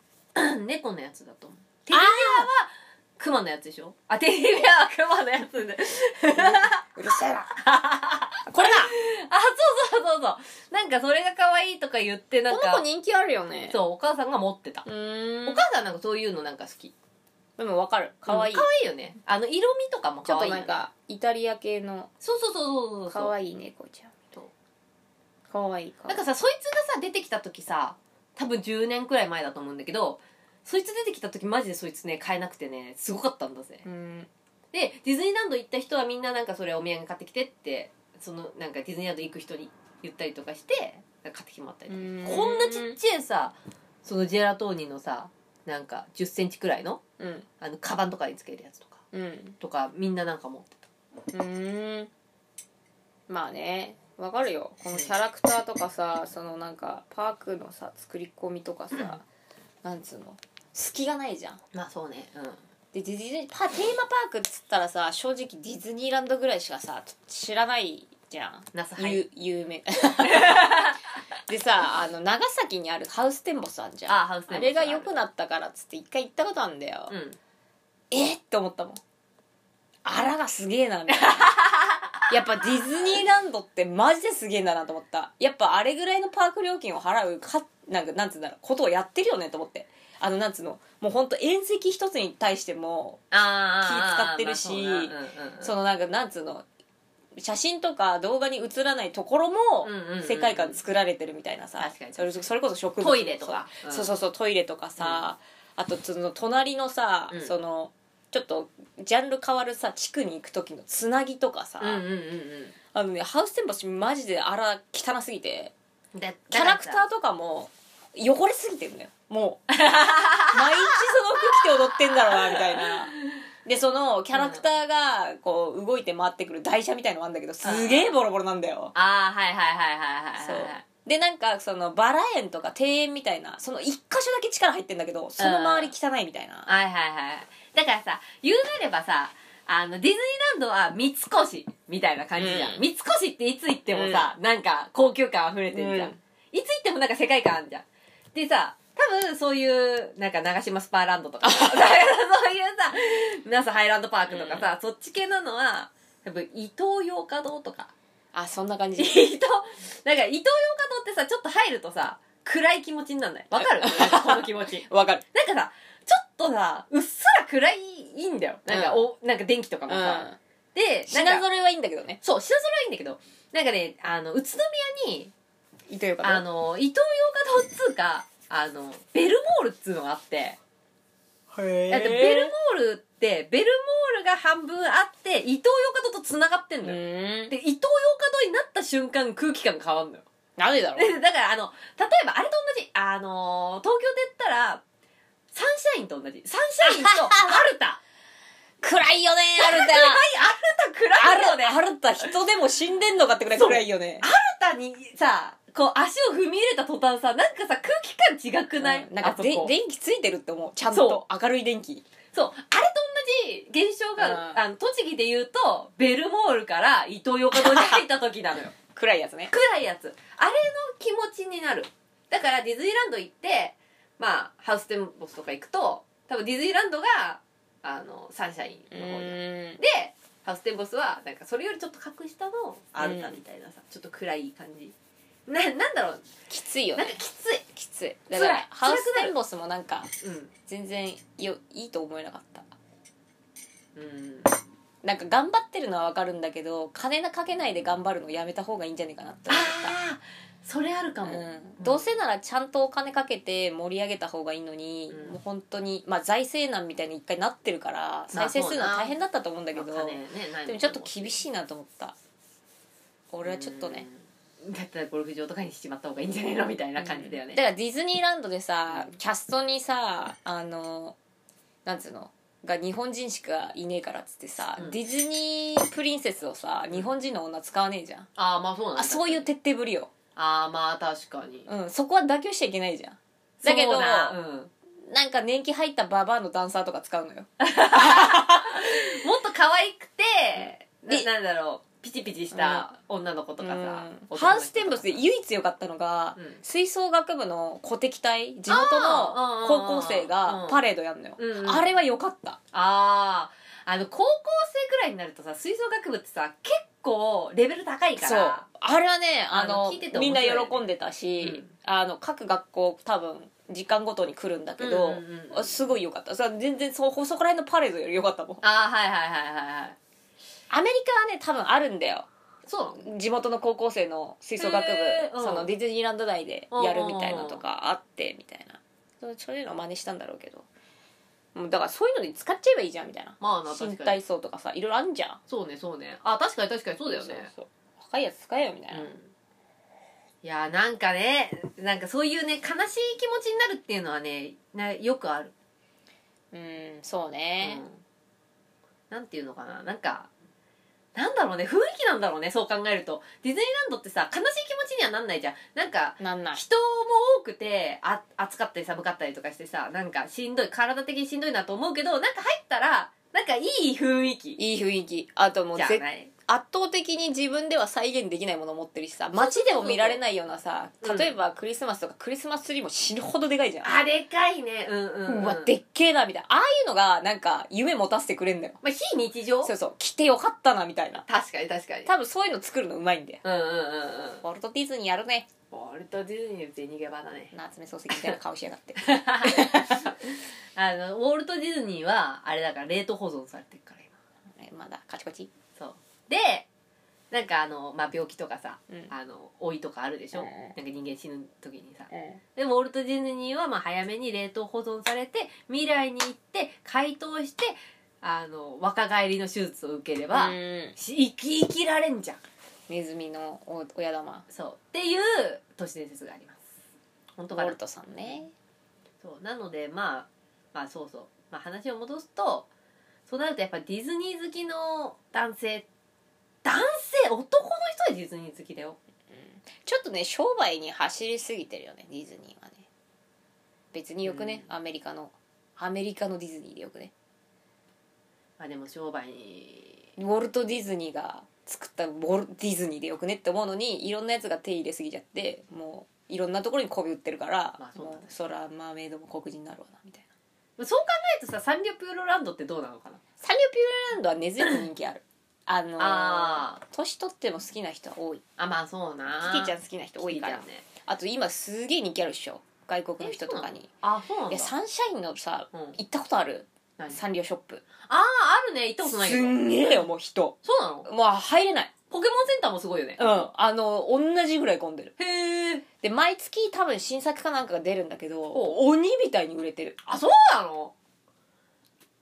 A: <clears throat> 猫のやつだと思うテディベアはクマのやつでしょあテディベアはクマのやつで <laughs>
B: うるせえな <laughs> これだ
A: あそうそうそうそうなんかそれが可愛いとか言ってなん
B: こ
A: か
B: の子人気あるよね
A: そうお母さんが持ってた、
B: うー
A: お
B: ん
A: 母さんなんかそういうのなんか好き
B: でもわかるかわいい、
A: うん可愛いよねあの色味とかも
B: ちょ
A: 可
B: っと
A: 愛いよ
B: な
A: ね
B: んかイタリア系の
A: そうそうそうそうそう
B: か
A: そう
B: わいい猫ちゃん
A: そう
B: かわいいか
A: なんかさそいつがさ出てきた時さ多分10年くらい前だと思うんだけどそいつ出てきた時マジでそいつね買えなくてねすごかったんだぜ
B: うん
A: でディズニーランド行った人はみんななんかそれお土産買ってきてってそのなんかディズニーランド行く人に言ったりとかしてなんか買ってきてもらったりとかこんなちっちゃいさそのジェラトーニのさなんか1 0ンチくらいの
B: うん
A: あのカバンとかにつけるやつとか
B: うん
A: とかみんななんか持ってた
B: うーんまあねわかるよこのキャラクターとかさそのなんかパークのさ作り込みとかさなんつうの隙がないじゃん
A: まあそうねうん
B: でディズニーパテーマパークっつったらさ正直ディズニーランドぐらいしかさ知らないじゃん
A: ナスハイ
B: 有有名 <laughs> でさあの長崎にあるハウステンボスあんじゃん
A: あハウステンボス
B: あれが良くなったからっつって一回行ったことあるんだよ、
A: うん
B: えっって思ったもんあらがすげえなみた
A: <laughs>
B: いなやっぱディズニーランドってマジですげえんだなと思ったやっぱあれぐらいのパーク料金を払うかなんかなんつうんだろうことをやってるよねと思ってあのなんつうのもうほんと縁石一つに対しても
A: あ
B: 気使ってるし
A: まあそうなうんうんうん
B: そのなんかなんつうの写真とか動画に映らないところも
A: うんうんうんうん
B: 世界観作られてるみたいなさ
A: 確かに
B: それそれこそ植物
A: トイレとか
B: そう
A: うん
B: そうそうそうトイレとかさ、あとその隣のさ、
A: うん
B: そのちょっとジャンル変わるさ地区に行く時のつなぎとかさ、
A: うんうんうん
B: あのねハウステンボスマジであら汚すぎて
A: うんで
B: キャラクターとかも汚れすぎてるのよも
A: <laughs>
B: う毎日その服着て踊ってんだろうなみたいなでそのキャラクターがこう動いて回ってくる台車みたいのがあるんだけどすげえボロボロなんだよ
A: ああはいはいはいはいはい
B: そ
A: は
B: う
A: いはい
B: でなんかそのバラ園とか庭園みたいなその一箇所だけ力入ってんだけどその周り汚いみたいな
A: はいはいはいだからさ言うなればさあのディズニーランドは三越みたいな感じじゃん、
B: うん
A: 三越っていつ行ってもさ、なんか高級感あふれてるじゃん、
B: うん
A: いつ行ってもなんか世界観あんじゃんでさ多分そういうなんか長島スパーランド <laughs> とかそういうさ那須ハイランドパークとかさ、そっち系なのは多分伊東洋華堂とか
B: あそんな感
A: 伊
B: じ
A: 東なんか伊東洋華堂ってさちょっと入るとさ暗い気持ちになんないわかる <laughs> この気持ち
B: <laughs> わかる
A: なんかさ、ちょっとさ、うっすら暗いんだよ。なんか、
B: う
A: お、なんか電気とか
B: うん
A: もさ。で、な
B: 品
A: んか、
B: 揃えはいいんだけどね
A: そう、品揃えはいいんだけど、なんかね、あの、宇都宮に、
B: いいというか
A: あの、伊東洋華堂っつうか、あの、ベルモールっつうのがあって、
B: へ
A: だってベルモールって、ベルモールが半分あって、伊東洋華堂と繋がってん
B: う
A: だよ。
B: ーん
A: で、伊東洋華堂になった瞬間空気感変わんのよ。 <laughs>
B: なんでだろう
A: でだからあの例えばあれと同じあのー東京で言ったらサンシャインと同じサンシャインと
B: <laughs>
A: アルタ
B: 暗いよねアルタ
A: アルタ
B: <laughs>
A: 暗いよね
B: アルタ人でも死んでんのかってくらい暗いよね
A: アルタにさこう足を踏み入れた途端さなんかさ空気感違くない、
B: うんなん
A: あ
B: か
A: そ
B: で
A: こ
B: 電気ついてるって思うちゃん
A: そ
B: と明るい電気
A: そうあれと同じ現象が、
B: うん
A: あの栃木で言うとベルモールから伊東横堂に入った時なのよ
B: 暗いやつね
A: 暗いやつあれの気持ちになるだからディズニーランド行ってまあハウステンボスとか行くと多分ディズニーランドがあのサンシャインの方に
B: ん
A: でハウステンボスはなんかそれよりちょっと格下のアルタみたいなさ、ちょっと暗い感じななんだろう
B: きついよ
A: な
B: ね
A: んかきつい
B: きついだから
A: 辛い
B: ハウステンボスもなんか
A: うん
B: 全然よいいと思えなかった
A: うん
B: なんか頑張ってるのはわかるんだけど金かけないで頑張るのやめた方がいいんじゃないかなって
A: あ
B: 思っ
A: あそれあるか
B: た、
A: も、
B: うん、どうせならちゃんとお金かけて盛り上げた方がいいのに、
A: うん
B: もう本当にまあ財政難みたいに一回なってるから再生するのは大変だったと思うんだけど、
A: まあ金ねないもん
B: でもちょっと厳しいなと思った俺はちょっとね、
A: うんだったらゴルフ場とかにしちまった方がいいんじゃないのみたいな感じだよね、
B: だからディズニーランドでさキャストにさあのなんつうのが日本人しかいねえからっつってさ、
A: うん
B: ディズニープリンセスをさ日本人の女使わねえじゃん
A: ああまあそうなんだ
B: あそういう徹底ぶりよ、
A: ああまあ確かに
B: うん、そこは妥協しちゃいけないじゃんだけど
A: そうだうん、
B: なんか年季入ったババアのダンサーとか使うのよ
A: もっと可愛くて、
B: で
A: ななんだろうピチピチした女の子とか
B: うん
A: さ、
B: ハウステンボスで
A: い
B: 唯一良かったのが、
A: うん
B: 吹奏楽部の鼓笛隊地元
A: あーうんうんう
B: の
A: ん
B: 高校生がパレードやんのよ、
A: うんうん
B: あれは良かった
A: あああの高校生くらいになるとさ吹奏楽部ってさ結構レベル高いか
B: そう
A: ら
B: あれはねあ
A: あ
B: の
A: の聞いてて面白
B: み
A: い
B: ん
A: よ
B: な
A: ね
B: 喜んでたし、あの各学校多分時間ごとに来るんだけど、
A: うんうんうん
B: あすごい良かったさ全然そそこら辺のパレードより良かったもん
A: ああはいはいはいはいはい
B: アメリカはね多分あるんだよ
A: そうなの
B: 地元の高校生の吹奏楽部、
A: へーうん
B: そのディズニーランド内でやるみたいなのとかあってみたいなそうそういうのを真似したんだろうけどもうだからそういうのに使っちゃえばいいじゃんみたいな
A: まあな
B: 新
A: 確かに
B: 体操とかさいろいろあんじゃん
A: そうねそうねあ確かに確かにそうだよね
B: そう若いやつ使えよみたいな、
A: いやーなんかねなんかそういうね悲しい気持ちになるっていうのはねなよくある、
B: うんそうね
A: うん、なんていうのかななんかなんだろうね雰囲気なんだろうねそう考えるとディズニーランドってさ悲しい気持ちにはなんないじゃんなんか
B: なんない
A: 人も多くてあ暑かったり寒かったりとかしてさなんかしんどい体的にしんどいなと思うけどなんか入ったらなんかいい雰囲気
B: いい雰囲気あともう
A: じゃ
B: 絶
A: ない
B: 圧倒的に自分では再現できないものを持ってるしさ街でも見られないようなさ
A: そうそう
B: 例えばクリスマスとかクリスマスツリーも死ぬほどでかいじゃん、
A: あでかいねうんうん、うん、
B: うわでっけえなみたいなああいうのがなんか夢持たせてくれんだよ
A: まあ、非日常
B: そうそう来てよかったなみたいな
A: 確かに確かに
B: 多分そういうの作るのうまいんだよ
A: うんうんうんうん
B: ウォルト・ディズニーやるね
A: ボルト・ディズニーって逃げ場だね
B: 夏目漱石みたいな顔しやがって
A: <laughs> あのウォルト・ディズニーはあれだから冷凍保存されてるから今
B: ねまだカチコチ
A: そうでなんかあの、まあ、病気とかさ、
B: うん
A: あの老いとかあるでしょ、
B: うんうん
A: なんか人間死ぬ時にさ
B: う
A: でもウォルト・ディズニーはまあ早めに冷凍保存されて未来に行って解凍してあの若返りの手術を受ければ、
B: ん
A: し生き生きられんじゃん
B: ネズミのお親玉
A: そうっていう都市伝説があります本
B: ウ
A: 当か
B: ォ
A: な
B: ルトさんね
A: そうなのでまあまあそうそう、まあ、話を戻すとそうなるとやっぱディズニー好きの男性男性男の人はディズニー好きだよ
B: ちょっとね商売に走りすぎてるよねディズニーはね別によくね、アメリカのアメリカのディズニーでよくね
A: まあでも商売に
B: ウォルト・ディズニーが作ったウォルディズニーでよくねって思うのにいろんなやつが手入れすぎちゃってもういろんなところに媚び売ってるから、
A: まあそうだね
B: もうそらマーメイドも黒人になるわなみたいな
A: まあそう考えるとさサンリオピューロランドってどうなのかな
B: サンリオピューロランドは根強く人気あるあのー
A: あ
B: 年取っても好きな人は多い
A: あまあそうな
B: キティちゃん
A: 好
B: 好きな人多いから、
A: ね
B: あと今すげえ人気あるでしょ外国の人とか
A: え
B: に
A: あそうなん
B: いや
A: だ
B: サンシャインのさ
A: うん
B: 行ったことある
A: 何
B: サンリオショップ
A: あああるね行ったことないけ
B: す
A: ど
B: んげえよもう人
A: そうなの
B: もう入れない
A: ポケモンセンターもすごいよね
B: うんあの同じぐらい混んでる
A: へえ
B: で毎月多分新作かなんかが出るんだけど
A: ほ
B: 鬼みたいに売れてる
A: あそうなの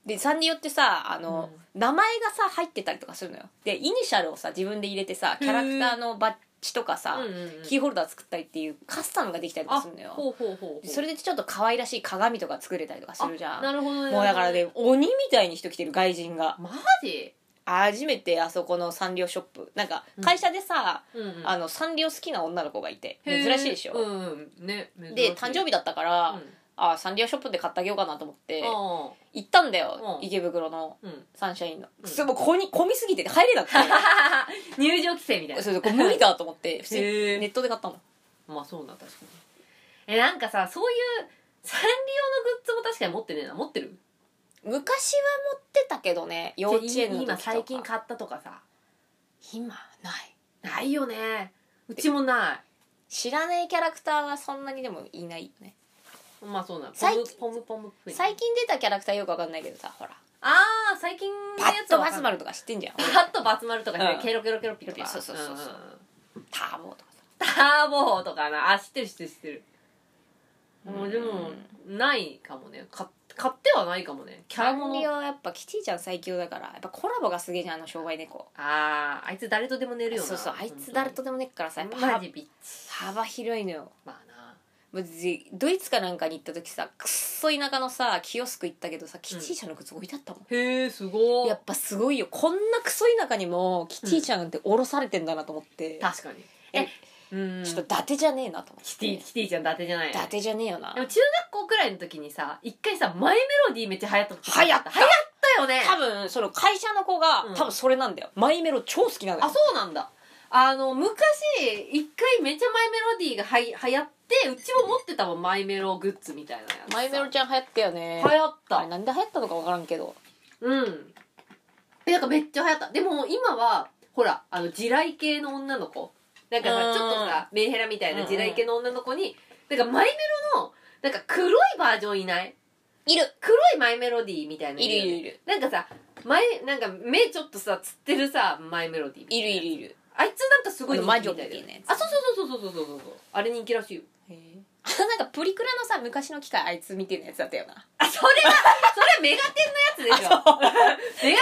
B: でサンリオってさあの、名前がさ入ってたりとかするのよでイニシャルをさ自分で入れてさキャラクターのバッジとかさ、
A: うんうんうん
B: キーホルダー作ったりっていうカスタムができたりとか
A: あ
B: するのよ
A: ほうほうほうほう
B: でそれでちょっと可愛らしい鏡とか作れたりとかするじゃ
A: あ
B: ん
A: なるほどね
B: もうだからね鬼みたいに人来てる外人が
A: マジ
B: 初めてあそこのサンリオショップなんか会社でさ、
A: うんうん
B: あのサンリオ好きな女の子がいて
A: へ
B: 珍
A: ー
B: しいでしょ、
A: うんうんね珍しい
B: で誕生日だったから、
A: うん
B: あサンリオショップで買ってあげようかなと思って
A: あ
B: 行ったんだよ、
A: うん
B: 池袋の <laughs>
A: ーうん
B: サンシャインの、
A: うん
B: それもう混み混みすぎてて入れな
A: <laughs>
B: くて
A: 入場規制みたいな
B: そうそうこれ無理だと思って普通に
A: へー
B: ネットで買ったの
A: まあそうな確かにえなんかさそういうサンリオのグッズも確かに持ってねえな持ってる
B: 昔は持ってたけどね幼稚園の時とか
A: 今最近買ったとかさ
B: 今ない
A: ないよねうちもな
B: 知らないキャラクターはそんなにでもいないよね
A: いまあそうなの
B: 最近
A: ポムポムポムプリン
B: 最近出たキャラクターよくわかんないけどさほら
A: ああ最近の
B: パ
A: や
B: ッ
A: つ
B: と
A: は
B: バツ丸
A: ル
B: とか知ってんじゃん
A: パッとバツ丸とかして、
B: うん
A: ケロケロケロピとか
B: そうそうそうそうんターボとかさ
A: ターボとかなあ知ってる知ってる知ってるもうでもないかもねか買ってはないかもねキャラも
B: 管理
A: の
B: はやっぱキティちゃん最強だからやっぱコラボがすげえじゃんあの商売猫
A: あーあいつ誰とでも寝るよな
B: そうそうあいつ誰とでもねっからさやっぱ
A: マ
B: 幅
A: ジビッチ
B: 幅広いのよ
A: まあな
B: もうぜドイツかなんかに行った時さくっそ田舎のさキオスク行ったけどさキティちゃんの靴置いてあったもん、
A: へえすごい
B: やっぱすごいよこんなクソ田舎にもキティちゃんって降ろされてんだなと思って、
A: 確かに
B: え
A: うん
B: ちょっと伊達じゃねえなと思って
A: キティキティちゃん伊達じゃない
B: 伊達じゃねえよな
A: でも中学校くらいの時にさ一回さマイメロディーめっちゃ流行った時
B: 流行った
A: 流行ったよね
B: 多分その会社の子が、
A: うん
B: 多分それなんだよマイメロ超好きなんだ
A: あ
B: よ
A: そうなんだあの昔一回めっちゃマイメロディーがはや流行ってうちも持ってたもんマイメログッズみたいなやつ
B: マイメロちゃん流行ったよね
A: 流行っ
B: あれ
A: た
B: なんで流行ったのか分からんけど
A: うんえなんかめっちゃ流行ったでも今はほらあの地雷系の女の子なんか
B: う
A: さ
B: ん
A: ちょっとさメンヘラみたいな地雷系の女の子になんかマイメロのなんか黒いバージョンいない
B: いる
A: 黒いマイメロディーみたいない
B: るいるいる
A: なんかさ前なんか目ちょっとさつってるさマイメロディーみた
B: いる
A: ない
B: るいる
A: あいつなんかすごい人気みたいだよ
B: あの魔女みたいなやつ
A: あそうそうそうそうそうそうそうあれ人気らしいよ
B: あなんかプリクラのさ昔の機械あいつ見てのやつだったよな
A: あそれは <laughs> それはメガテンのやつでしょメガ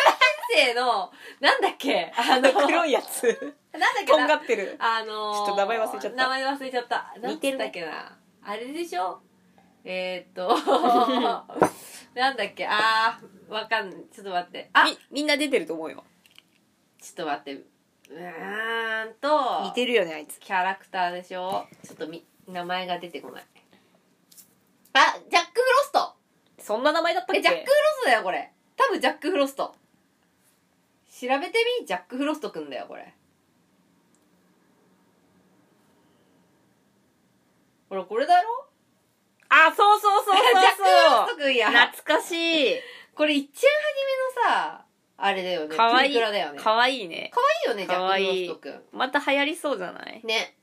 A: テン生のなんだっけあの
B: 黒いやつ
A: なんだっけ
B: <laughs> とんが
A: な
B: ってる
A: あのー
B: ちょっと名前忘れちゃった
A: 名前忘れちゃった
B: 似てるね
A: なんつったっけなあれでしょえー、っと
B: <laughs>
A: なんだっけあーわかんないちょっと待ってあちょ
B: みみんな出てると思うよ
A: っと待ってうーんと
B: 似てるよねあいつ
A: キャラクターでしょちょっとみ名前が出てこないあジャック・フロスト
B: そんな名前だったっけ
A: えジャック・フロストだよこれ多分ジャック・フロスト調べてみジャック・フロストくんだよこれほらこれだろ
B: あそうそう <laughs> そうそう
A: ジャック・フロ
B: そ
A: ストくんや
B: う懐かしい
A: これ一番初めのさあれだよね
B: かわ
A: プ
B: いい
A: リクラだよねか
B: か
A: わ
B: わいいね
A: いいよねジャ
B: か
A: ック・
B: わ
A: フロ
B: いい
A: ストくん
B: また流行りそうじゃない
A: ね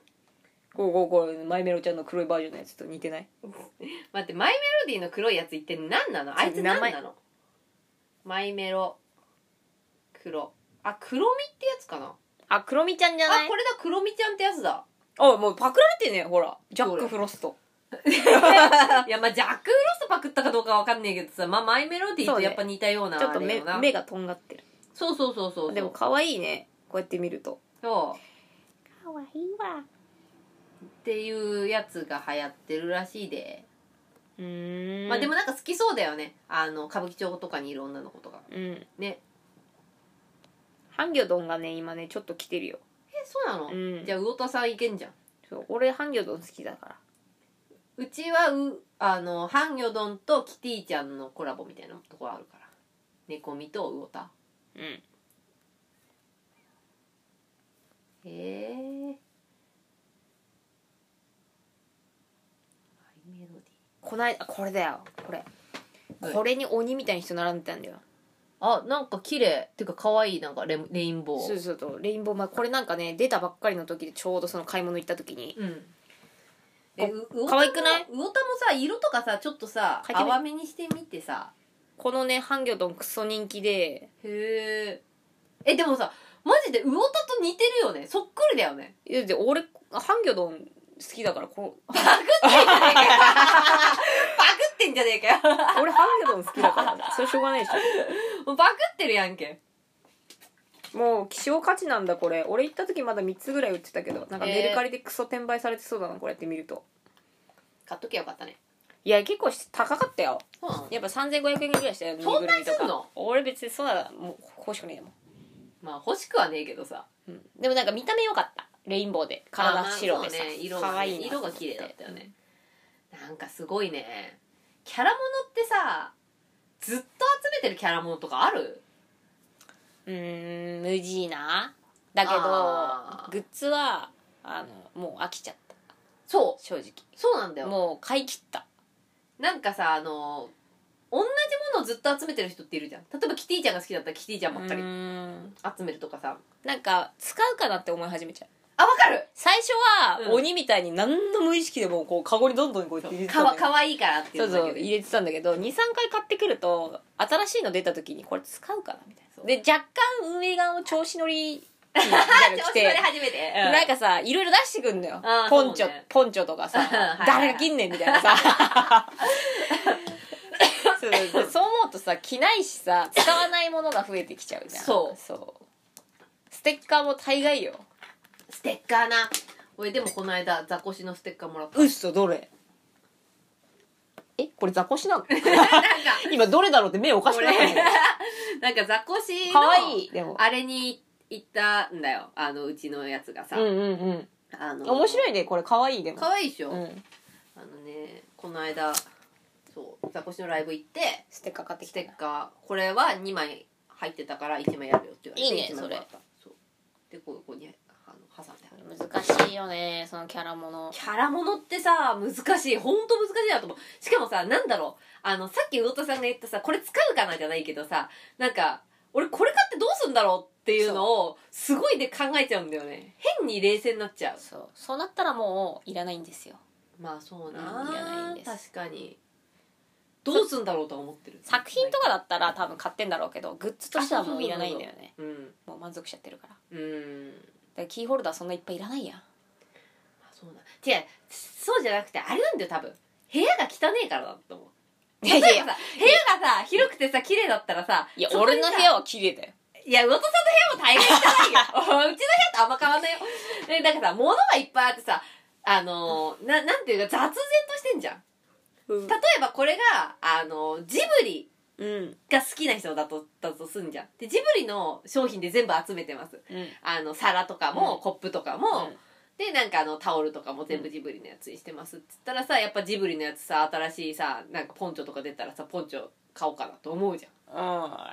B: こうこうこうマイメロちゃんの黒いバージョンのやつと似てない
A: 待ってマイメロディーの黒いやつ一体何なのあいつ何
B: 名
A: なのマイメロ黒あ黒みってやつかなあ
B: あ黒みちゃんじゃない
A: これだ黒みちゃんってやつだ
B: あもうパクられてんねほらジャック・フロスト
A: <laughs> いやまあジャック・フロストパクったかどうかわかんないけどさ、まあ、マイメロディーとやっぱ似たような
B: ちょっと
A: あれ
B: 目
A: よな
B: 目がとんがってる
A: そうそうそうそうそう
B: でも可愛いねこうやって見ると
A: そう
B: 可愛いわ
A: っていうやつが流行ってるらしいで、
B: うーん
A: まあでもなんか好きそうだよねあの歌舞伎町とかにいる女の子とか
B: うん
A: ね
B: ハンギョドンがね今ねちょっと来てるよ
A: えそうなの、
B: うん
A: じゃあ魚田さんいけんじゃん
B: そう俺ハンギョドン好きだから
A: うちはうあのハンギョドンとキティちゃんのコラボみたいなとこあるから猫みと魚田
B: うん
A: へえマイメロディー
B: こないあこれだよこれ
A: はい
B: これに鬼みたいな人並んでたんだよ
A: あなんか綺麗っていうか可愛いなんかレレインボー
B: そうそうそうレインボーマーこれなんかね出たばっかりの時でちょうどその買い物行った時に
A: うんえう魚田も
B: 可愛くない
A: 魚田もさ色とかさちょっとさ
B: 描いてみ
A: 淡めにしてみてさ
B: このねハンギョドンクソ人気で
A: へええでもさマジで魚田と似てるよねそっくりだよ
B: <laughs>
A: ね
B: いやで俺ハンギョドン好きだからこの
A: パクってんじゃねえか
B: <laughs>
A: よ
B: 俺ハンギョドン好きだから
A: <laughs>
B: それしょうがないでし
A: もうパクってるやんけ
B: ょもう希少価値なんだこれ俺行った時まだ3つぐらい売ってたけどなんかメルカリでクソ転売されてそうだなこれやって見ると
A: 買っときゃよかったね
B: いや結構し高かったよ
A: そうなの
B: やっぱ3500円ぐらいしたよ
A: そんなに
B: ぬいぐるみとか
A: すんの
B: 俺別にそんなもう欲しくねえもん、
A: まあ欲しくはねえけどさ
B: うんでもなんか見た目良かったレインボーで
A: あ
B: 体
A: まあ
B: 白で
A: そ
B: さ
A: うね色
B: 可
A: が
B: 愛い
A: ね
B: な
A: 色が綺麗だったよねなんかすごいねキャラものってさずっと集めてるキャラものとかある
B: うーん無地なだけど
A: あー
B: グッズはあのもう飽きちゃった
A: そ
B: 正直
A: うそうなんだよ
B: もう買い切った
A: なんかさあの同じものをずっと集めてる人っているじゃん例えばキティちゃんが好きだったらキティちゃんばっか
B: う
A: り
B: ーん
A: 集めるとかさ
B: なんか使うかなって思い始めちゃう
A: あわかる
B: 好最初
A: うん
B: は鬼みたいに何の無意識でもこうカゴにどんどんこうやって入れて
A: か
B: たんだ
A: わ
B: け
A: か
B: ど
A: わいいからってい
B: そうう
A: だ
B: そう
A: けで
B: 入れてたんだけど23回買ってくると新しいの出た時にこれ使うかなみたい
A: そう
B: なで若干運営側の調子乗りみたいなの
A: <laughs> 調
B: 来
A: 子乗り
B: て
A: 始めて、うん
B: なんかさいろいろ出してくんのよ
A: あー
B: ポンチョ、
A: そうね
B: ポンチョとか
A: <laughs>
B: さ
A: はい
B: 誰が切んねんみたい
A: <laughs>
B: なさそうでそう思うとさ着ないしさ使わないものが増えてきちゃうじゃん
A: そう
B: そうステッカーも大概よ
A: ステッカーな俺でもこの間ザコシのステッカーもらった
B: うっそどれえこれザコ
A: <laughs>
B: シなの
A: なんか
B: 今どれだろうって目おかしくない
A: こ <laughs> なんかザコシの
B: かわいいでも
A: あれに行ったんだよあのうちのやつがさ、
B: うんうん
A: あ
B: う
A: の
B: ん面白
A: い
B: いねこれかわいいでも
A: かわいいでしょ、
B: うん、
A: あのねこの間そうザコシのライブ行って
B: ステッカー買ってき
A: ス
B: て
A: テッカーこれは2枚入ってたから1枚やるよって言われて
B: いいね
A: 一枚
B: それ
A: もらったそうでこうここにあの挟んである
B: 難しいよねそのキャラもの
A: キャラものってさ難しい本当難しいなと思うしかもさなんだろうあのさっき魚田さんが言ったさこれ使うかなじゃないけどさなんか俺これ買ってどうすんだろうっていうのをすごいで考えちゃうんだよね変に冷静になっちゃう
B: そうそうなったらもういらないんですよ
A: まあそう
B: うんいらない
A: な
B: です
A: 確かにどうすんだろうとは思ってる
B: 作品とかだったら多分買ってんだろうけどグッズとしてはもういらないんだよね
A: うん
B: もう満足しちゃってるからだか
A: うん
B: らキーホルダーそんないっぱいいらないやん
A: まあそうな違うそうじゃなくてあれなんだよ多分部屋が汚ねえからだと思う
B: い
A: 例
B: や
A: え
B: い
A: ばさ
B: や
A: 部屋がさ広くてさ綺麗だったらさ
B: <laughs> いや
A: そこ
B: 俺
A: に
B: の
A: さ
B: 部屋は綺麗だよ
A: いや、魚田さんの部屋も大変じゃないよ。うちの部屋 <laughs> とあんま変わんないよ。え、なんかさ、物がいっぱいあってさ、あのー、な、なんていうか雑然としてんじゃん。
B: うん
A: 例えばこれが、あのー、ジブリ
B: うん
A: が好きな人だと、だとすんじゃん。で、ジブリの商品で全部集めてます。
B: うん
A: あの、皿とかも、
B: うん
A: コップとかも、で、なんかあの、タオルとかも全部ジブリのやつにしてます。っつったらさ、やっぱジブリのやつさ、新しいさ、なんかポンチョとか出たらさ、ポンチョ買おうかなと思うじゃん。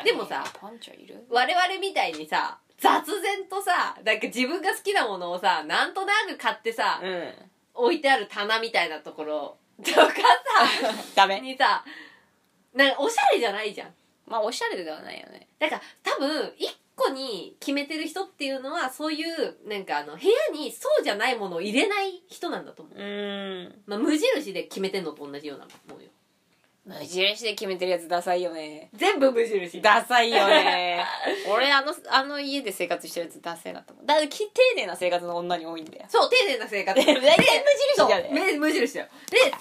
A: でもさ
B: パンチョいる
A: 我々みたいにさ雑然とさなんか自分が好きなものをさなんとなく買ってさ、
B: うん
A: 置いてある棚みたいなところとか
B: <laughs>
A: <laughs>
B: ダ
A: さ
B: メ
A: にさなんかおしゃれじゃないじゃん
B: まあおしゃれではないよね
A: だから多分一個に決めてる人っていうのはそういうなんかあの部屋にそうじゃないものを入れない人なんだと思う、
B: うん
A: まあ、無印で決めてんのと同じようなもんよ
B: 無印で決めてるやつダサいよね
A: 全部無印
B: ダサいよ <laughs> ね俺あのあの家で生活してるやつダサいなと思うだからき丁寧な生活の女に多いんだよ
A: そう丁寧な
B: <laughs>
A: 生活
B: 大体無印じゃね
A: そうめ無印だよで丁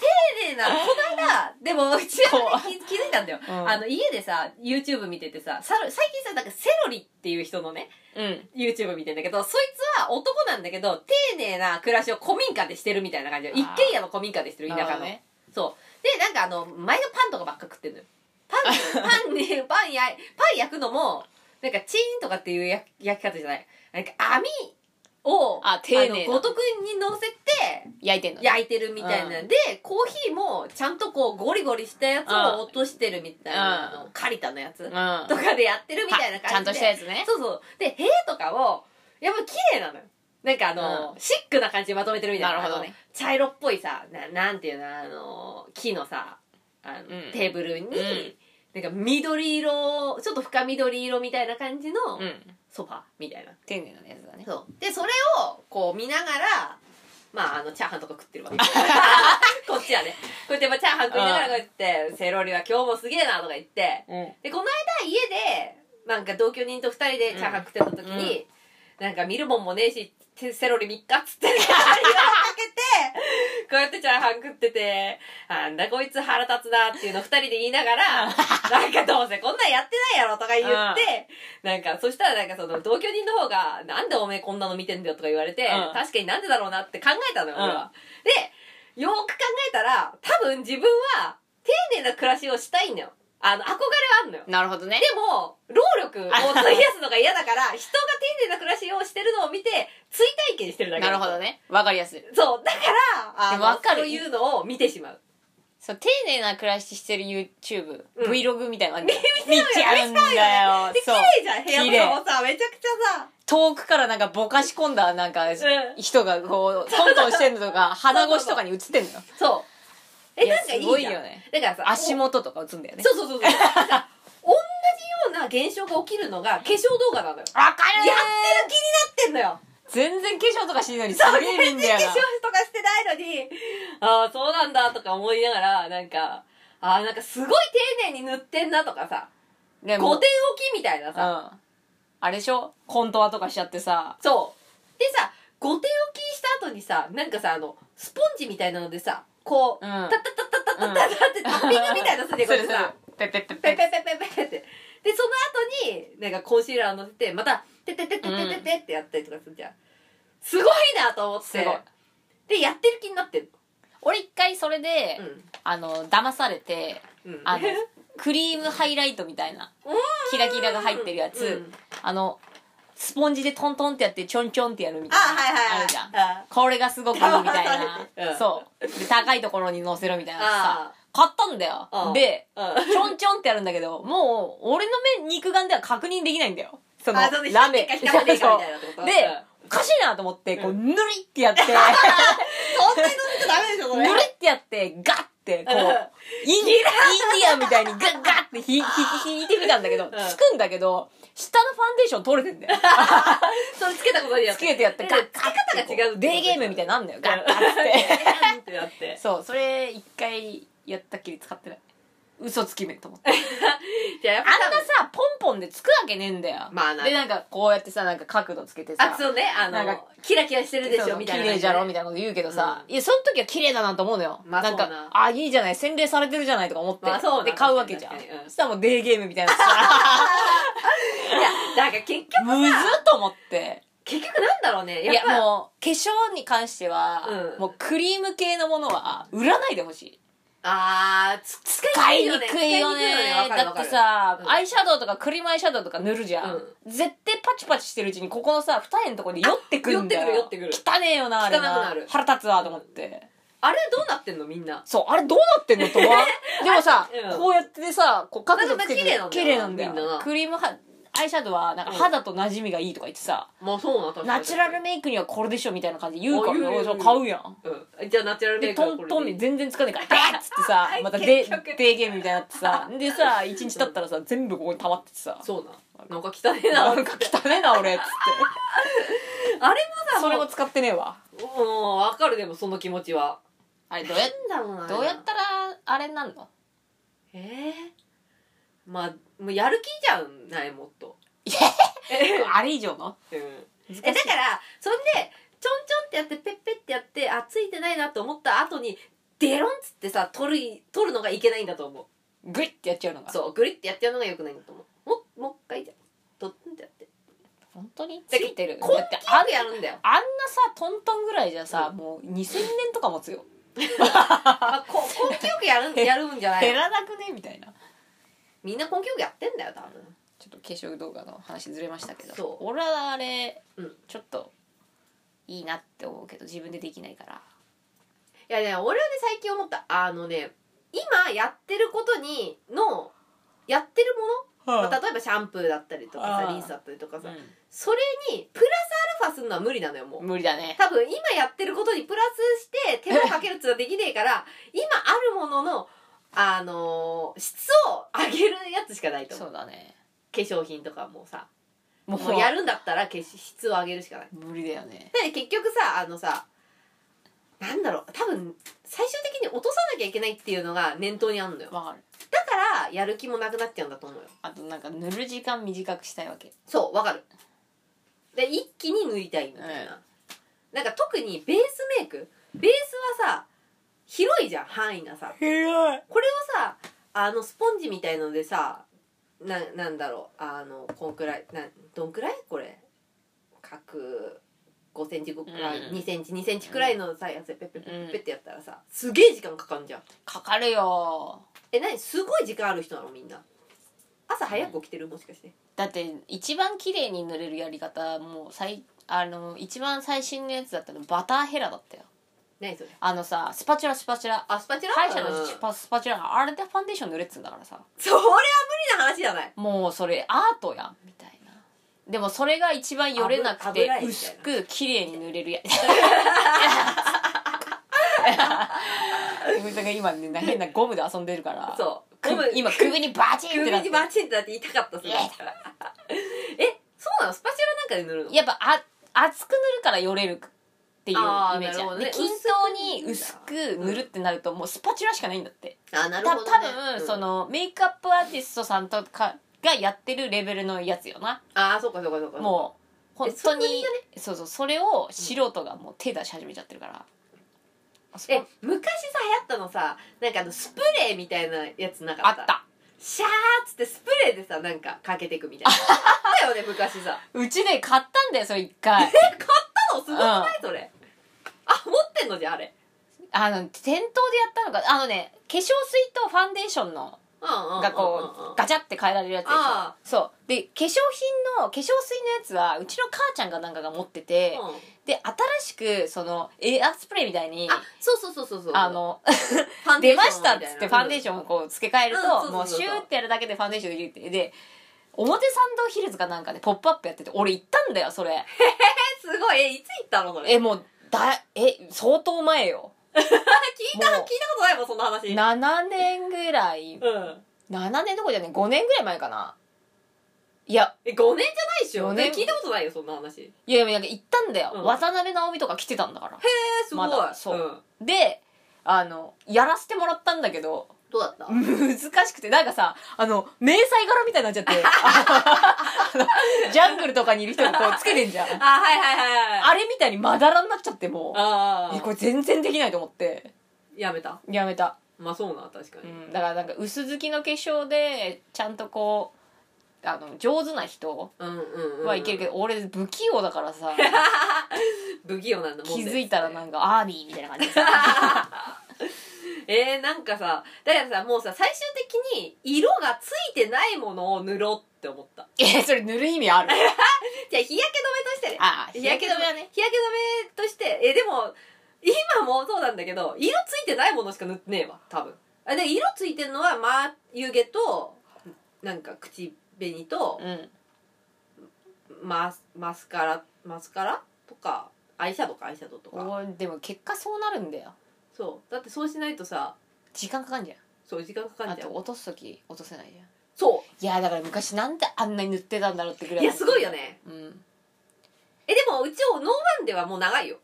A: 寧なこの
B: <laughs>
A: 間でもうちはね気気づいたんだよ、
B: うん
A: あの家でさ YouTube 見ててささ最近さなんかセロリっていう人のね
B: うん。
A: YouTube 見てんだけどそいつは男なんだけど丁寧な暮らしを古民家でしてるみたいな感じよ
B: あー
A: 一軒家の古民家でしてる田舎の、そうでなんかあの前がパンとかばっか食ってんのよパンパンに
B: <laughs>
A: パンやパン焼くのもなんかチーンとかっていう焼焼き方じゃないなんか網を
B: あ丁寧な
A: あのごとくに乗せて
B: 焼いてんのね
A: 焼いてるみたいなんで、コーヒーもちゃんとこうゴリゴリしたやつを落としてるみたいなの、
B: う
A: カリタのやつ、
B: うん。
A: とかでやってるみたいな感じで
B: ちゃんとしたやつね。
A: そうそうで部屋とかをやっぱ綺麗なのよなんかあの、
B: う
A: シックな感じでまとめてるみたいな
B: なるほどね
A: あの茶色っぽいさななんていうのあの木のさあの、
B: うん
A: テーブルに、
B: うん
A: なんか緑色ちょっと深緑色みたいな感じの
B: うん。
A: ソファーみたいな、
B: 丁寧なやつだね。
A: そうでそれをこう見ながらまああのチャーハンとか食っ
B: <laughs>
A: てるわけこっちはねこうやってまあチャーハン食いながらこうやって「セロリは今日もすげえな」とか言って
B: うん。
A: でこの間家でなんか同居人と二人でチャーハン食ってた時に、なんか見るもんもねえしてセロリ3日っつ <laughs> って言われかけてこうやってチャーハン食っててなんだこいつ腹立つなっていうの二人で言いながらなんかどうせこんなんやってないやろとか言ってなんかそしたらなんかその同居人の方が「なんでおめえこんなの見てんだよ」とか言われて、
B: う
A: 確
B: ん
A: かになんでだろうなって考えたのよ俺は。でよーく考えたら多分自分は丁寧な暮らしをしたいんだよ。あの憧れはあんのよ。
B: なるほどね
A: で。も、労力を費やすのが嫌だ
B: <laughs>
A: から、人が丁寧な暮らしをしてるのを見て、追体験してるだけ
B: なるほど。ね。わかりやすい。
A: そう、だから、あ
B: でもわ
A: の、
B: かる
A: そういうのを見てしまう。
B: そう、丁寧な暮らししてる YouTube、
A: うん
B: Vlog みたいなのあんじゃん
A: <laughs> 見
B: 見ちゃうんだよ
A: で、。綺
B: そう。
A: 麗じゃん、部屋とかもさ、めちゃくち
B: 遠くからなんかぼかし込んだ、なんか、
A: ん
B: 人がこう、トントンしてんの
A: <laughs>
B: とか、鼻越しとかに映ってんのよ。
A: ゃさ、そう。え、
B: いや
A: なんかいいじゃん。
B: すごいよね
A: だからさ、
B: 足元とか映んだよ
A: お。
B: ね。
A: そうそうそうそう。さ同じような現象が起きるのが、化粧動画なのよ。や
B: わか
A: ってる気になってんのよ。
B: 全然化粧とかしないのにすげえ見んだよ
A: 化粧とかしてないのに、ああ、そうなんだとか思いながら、なんか、ああ、なんかすごい丁寧に塗ってんなとかさ、5
B: な。で
A: 点置きみたいな
B: う
A: さ、
B: ん。あれでしょコントワとかしちゃってさ。
A: そう。でさ、5点置きした後にさ、なんかさ、あの、スポンジみたいなのでさ、こう、
B: うん
A: タッタッタッタッタッタッタッってタッピングみたいなのするでこうやってさ、
B: ペペペ
A: ペ
B: ペ
A: ペペペペペって。で、その後に、なんかコンシーラー乗せて、また、てててててててってやったりとかするじゃん。すごいなと思っ
B: す
A: て
B: ごい。
A: で、やってる気になってる。
B: 俺一回それで、あの、騙されて、
A: うん。うん。
B: あの、クリームハイライトみたいな
A: うん、
B: キラキラが入ってるやつ、
A: うん
B: あの、スポンジでトントンってやって、ちょんちょんってやるみ
A: あ、
B: たいな。
A: はいはいはい。
B: あるじゃん。
A: あ
B: これがすごくいいみたい
A: 騙されてう
B: な。
A: ん
B: そう。で、高いところに乗せろみたいなさ
A: あ。
B: 買ったんだよ
A: あ。
B: で、
A: ー。
B: ちょんちょんってやるんだけど、もう、俺の目、肉眼では確認できないんだよ。その
A: あそうで、
B: ラメ。
A: 光ってっか光ってっかみたいなってこ
B: そ
A: と
B: う
A: う
B: で
A: ん、
B: おかしいなと思って、こう、ぬりっ
A: <laughs>
B: てやって、
A: そんなに飲んじゃダメでしょ、こ
B: ぬ
A: れ。
B: りってやって、ガッて、こう、インインディアンみたいにガッガッってひ、ひ、ひ、引いてみたんだけど、つくんだけど、下のファンデーション取れてんだよ。
A: それつけたことによっ
B: つ
A: て。
B: けてやって、ガッガッ
A: つけ方が違うってことでしょ
B: デーゲームみたいになんだよ、ガッガッ
A: え
B: っ
A: ーんってなって
B: て。。そう、それ、一回、やったっきり使ってない。嘘つきめと思
A: <laughs>
B: って。
A: じゃあ、やっ
B: あん
A: ぱ多
B: な
A: 分
B: さ、ポンポンでつくわけねえんだよ。
A: まあな
B: で、なんか、こうやってさ、なんか角度つけてさ。
A: あ、そうね、あ
B: なん
A: の
B: か、
A: キラキラしてるで
B: そう
A: し
B: そ
A: ょ、
B: う
A: みたいな
B: 綺
A: 感じ
B: 麗
A: で。
B: じゃろみたいなこと言うけどさ、いや、その時は綺麗だなと思うのよ。
A: まあ
B: なんか
A: そうな、
B: あ、いいじゃない、洗礼されてるじゃないとか思って。
A: まあそうな
B: で、買うわけじゃん。
A: 確かにうん
B: そしたらもうデーゲームみたいな
A: <laughs>
B: さ、
A: いや、だから結局、
B: むずっと思って。
A: 結局なんだろうね。
B: い
A: やっ
B: や、
A: ぱ、
B: もう、化粧に関しては、
A: うん
B: もうクリーム系のものは、売らないでほしい。
A: あー、つ使
B: 使
A: い
B: い
A: に
B: に
A: くいよね。
B: くいよね
A: 使いにくいよねわかる
B: だ
A: わ
B: っ
A: か
B: て
A: る
B: さ、
A: うん
B: アイシャドウとかクリームアイシャドウとか塗るじゃん、
A: う
B: 絶対パチパチしてるうちにここのさ二重のとこに酔ってくるんだよ
A: あ酔ってくる酔って
B: 汚ねえよなあれ
A: 汚
B: な
A: くなる
B: 腹立つわと思って
A: あれどうなってんのみんな。
B: そうあれどうなってんのと <laughs> はでもさ、
A: うん
B: こうやってさこう角度つけて
A: なんか綺
B: 綺
A: 麗
B: 麗
A: な
B: なんん
A: だ
B: だ
A: よ
B: よ
A: みんなな
B: クリームはアイシャドウはなんか肌と馴染みがいいとか言ってさ、
A: まあそうな、確かに。
B: ナチュラルメイクにはこれでしょみたいな感じで言うから
A: あ言う言う言う
B: 買うやん
A: うん。じゃあナチュラルメ
B: で
A: イクは
B: ト
A: これ
B: ントン
A: でい
B: で
A: い
B: 全然つかねえからベッつ <laughs> ってさまたデ
A: 結局
B: ーデーゲームみたいになって <laughs> さでさ一日経ったらさ全部ここに溜まっててさ
A: そうな。なんか汚えな。
B: なんか汚ねえな <laughs> 俺っつって
A: あれもさ、
B: それ
A: も
B: も使ってねえわ
A: う、うん、わかるでもその気持ちは。
B: あれどうや
A: なんだろうな
B: どうやったらあれになんの
A: ええまあ、もうやる気じゃんない、もっと。
B: い
A: え
B: やあれ以上の
A: うん
B: 難しい
A: えだからそんでちょんちょんってやってペッペッってやってあついてないなと思った後にデロンっつってさ取る取るのがいけないんだと思
B: グイッてやっちゃうのが
A: うそうグリッてやってやるのがよくないんだと思うもうもう一回じゃんトンってやって
B: 本当についてる
A: 根気
B: だって
A: よ
B: あん
A: くやるんだよ
B: あんなさトントンぐらいじゃさもう2000年とか持つよ
A: まあ、こ根気よくやるんやるんじゃない
B: <laughs> 減
A: の
B: らなくねみたいな
A: みんな根気よくやってんだよ多分
B: ちょっと化粧動画の話ずれましたけ
A: そう
B: ど俺はあれ、
A: うん
B: ちょっといいなって思うけど自分でできないから
A: いやね俺はね最近思ったあのね今やってることにのやってるもの、まあ、例えばシャンプーだったりとか
B: あ
A: さ
B: ー
A: リンスだったりとかさ、
B: う
A: それにプラスアルファするのは無理なのよもうん
B: 無理だね
A: 多分今やってることにプラスして手間をかけるっていうのはできねえ
B: <laughs>
A: から今あるもののあのー質を上げるやつしかないと思う
B: そうだね
A: 化粧品とかもさ
B: も
A: もうやるんだったら化粧質を上げるしかない
B: 無理だよね
A: だって結局さあのさなんだろう多分最終的に落とさなきゃいけないっていうのが念頭にあるのよだか
B: わかる
A: らやる気もなくなっちゃうんだと思うよ
B: あとなんか塗る時間短くしたいわけ
A: そうわかるで一気に塗りたいみたいな、なんか特にベースメイクベースはさ広いじゃん範囲がさ
B: 偉い
A: これをさあのスポンジみたいのでさななんだろうあのこんくらいなんどんくらいこれ角5センチぐらい、
B: うん
A: 2センチ2センチくらいのさやつでペッペッペッペッペッ
B: うん
A: ってやったらさすげえ時間かかんじゃん
B: かかるよ
A: え何すごい時間ある人なのみんな朝早く起きてるもしかして
B: だって一番綺麗に塗れるやり方もう最あの一番最新のやつだったのバターヘラだったよ
A: 何それ
B: あのさスパチュラスパチュラ
A: あスパチュラ
B: 歯医者の
A: うん
B: スパスパチュラあれでファンデーション塗れっつうんだからさ
A: それは無理な話じゃない
B: もうそれアートやんみたいなでもそれが一番よれなく
A: 油
B: て
A: 油絵みたい
B: 薄
A: な
B: く綺麗に塗れるや
A: <laughs>
B: なんか今ね変なゴムで遊んでるから
A: そう
B: く今首にバチンって
A: 首
B: なっ
A: に
B: て
A: バチンってなって痛かったっすねえそうなのスパチュラなんかで塗るの
B: やっぱあ厚く塗るからよれるっていう
A: あー
B: イメージ
A: なるほ
B: や
A: どね
B: で均等に薄く塗るってなるともうスパチュラしかないんだって
A: あな
B: た
A: るほ
B: 多
A: ど、ね、
B: 分そ
A: うん
B: のメイクアップアーティストさんとかがやってるレベルのやつよな
A: ああそうかそうかそうか
B: もう本
A: え
B: 当
A: そんなに
B: に
A: じゃ
B: そうそうそれを素人がもう手出し始めちゃってるからあそ
A: え
B: こ
A: 昔さ流行ったのさなんかあのスプレーみたいなやつなか
B: あ
A: っ
B: ったた
A: シャーっつってスプレーでさなんかかけていくみ
B: <laughs>
A: たいなあったよね昔さ
B: うちね買ったんだよそれ一
A: <laughs>
B: 回
A: あのすごくないそれあ持ってんのじゃああれ
B: あの店頭でやったのかあのね化粧水とファンデーションの
A: うんうんうんうん
B: がこうガチャって変えられるやつでし
A: あ
B: ょそうで化粧品の化粧水のやつはうちの母ちゃんがなんかが持ってて、
A: うん
B: で新しくそのエアスプレーみたいに
A: あそうそうそうそうそう
B: あの
A: ファンデーシ
B: 出ま
A: ョン
B: したっつってファンデー
A: ョン
B: ションをこう付け替える
A: うんそ
B: と
A: う
B: も
A: そうそうそ
B: う
A: う
B: シューってやるだけでファンデーション入れてで表参道ヒルズかなんかで「ポップアップやってて俺行ったんだよそれ
A: えすごいえいつ行ったのそれ聞い
B: えもうだえ相当前よ
A: た聞いた
B: もう
A: ことないもんそんな話
B: 7年ぐらい
A: うん
B: 7年どころじゃない5年ぐらい前かないや
A: え5年じゃないでしょ
B: 五年
A: え聞いたことないよそんな話え
B: いやいやなんか行ったんだよ、
A: うん
B: 渡辺直美とか来てたんだから
A: すごい
B: まだそうんであのやらせてもらったんだけど
A: どうだった
B: 難しくてなんかさあの迷彩柄みたいになっちゃって <laughs> あのジャングルとかにいる人がこうつけてんじゃん
A: あはいはいはいはい
B: あれみたいにまだらになっちゃっても
A: あ
B: うえ
A: あ
B: これ全然できないと思って
A: やめた
B: やめた、
A: まあそうな確か
B: う
A: に
B: ん、だからなんか薄付きの化粧でちゃんとこうあの上手な人
A: うんうんうん
B: はいけるけど、俺不器用だから <laughs> さ
A: 不器用なんだもん
B: 気
A: ね
B: づいたらなんかアーミーみたいな感じ <laughs> でさ
A: <laughs> えー、なんかさだからさもうさ最終的に色がついてないものを塗ろうって思った
B: えそれ塗る意味ある
A: じゃあ日焼け止めとしてね
B: <laughs> ああ
A: 日焼け止めはね日焼け止めとしてえでも今もそうなんだけど色ついてないものしか塗ってねえわ多分あで色ついてるのは眉毛となんか口紅と
B: うん
A: マスマスカラマスカラとかアイシャドウかアイシャドウとか
B: おーでも結果そうなるんだよ
A: そうだってそうしないとさ
B: 時間かかんじゃ
A: そう時間か
B: ん
A: か
B: あ
A: んじゃ
B: と
A: ん
B: 落とす時落とせないじゃん
A: そ
B: いやだから昔なんであんなに塗ってたんだろうってぐ
A: う
B: ら
A: い
B: い
A: やすごいよね
B: うん
A: えでもうちをノーワンではもう長いよ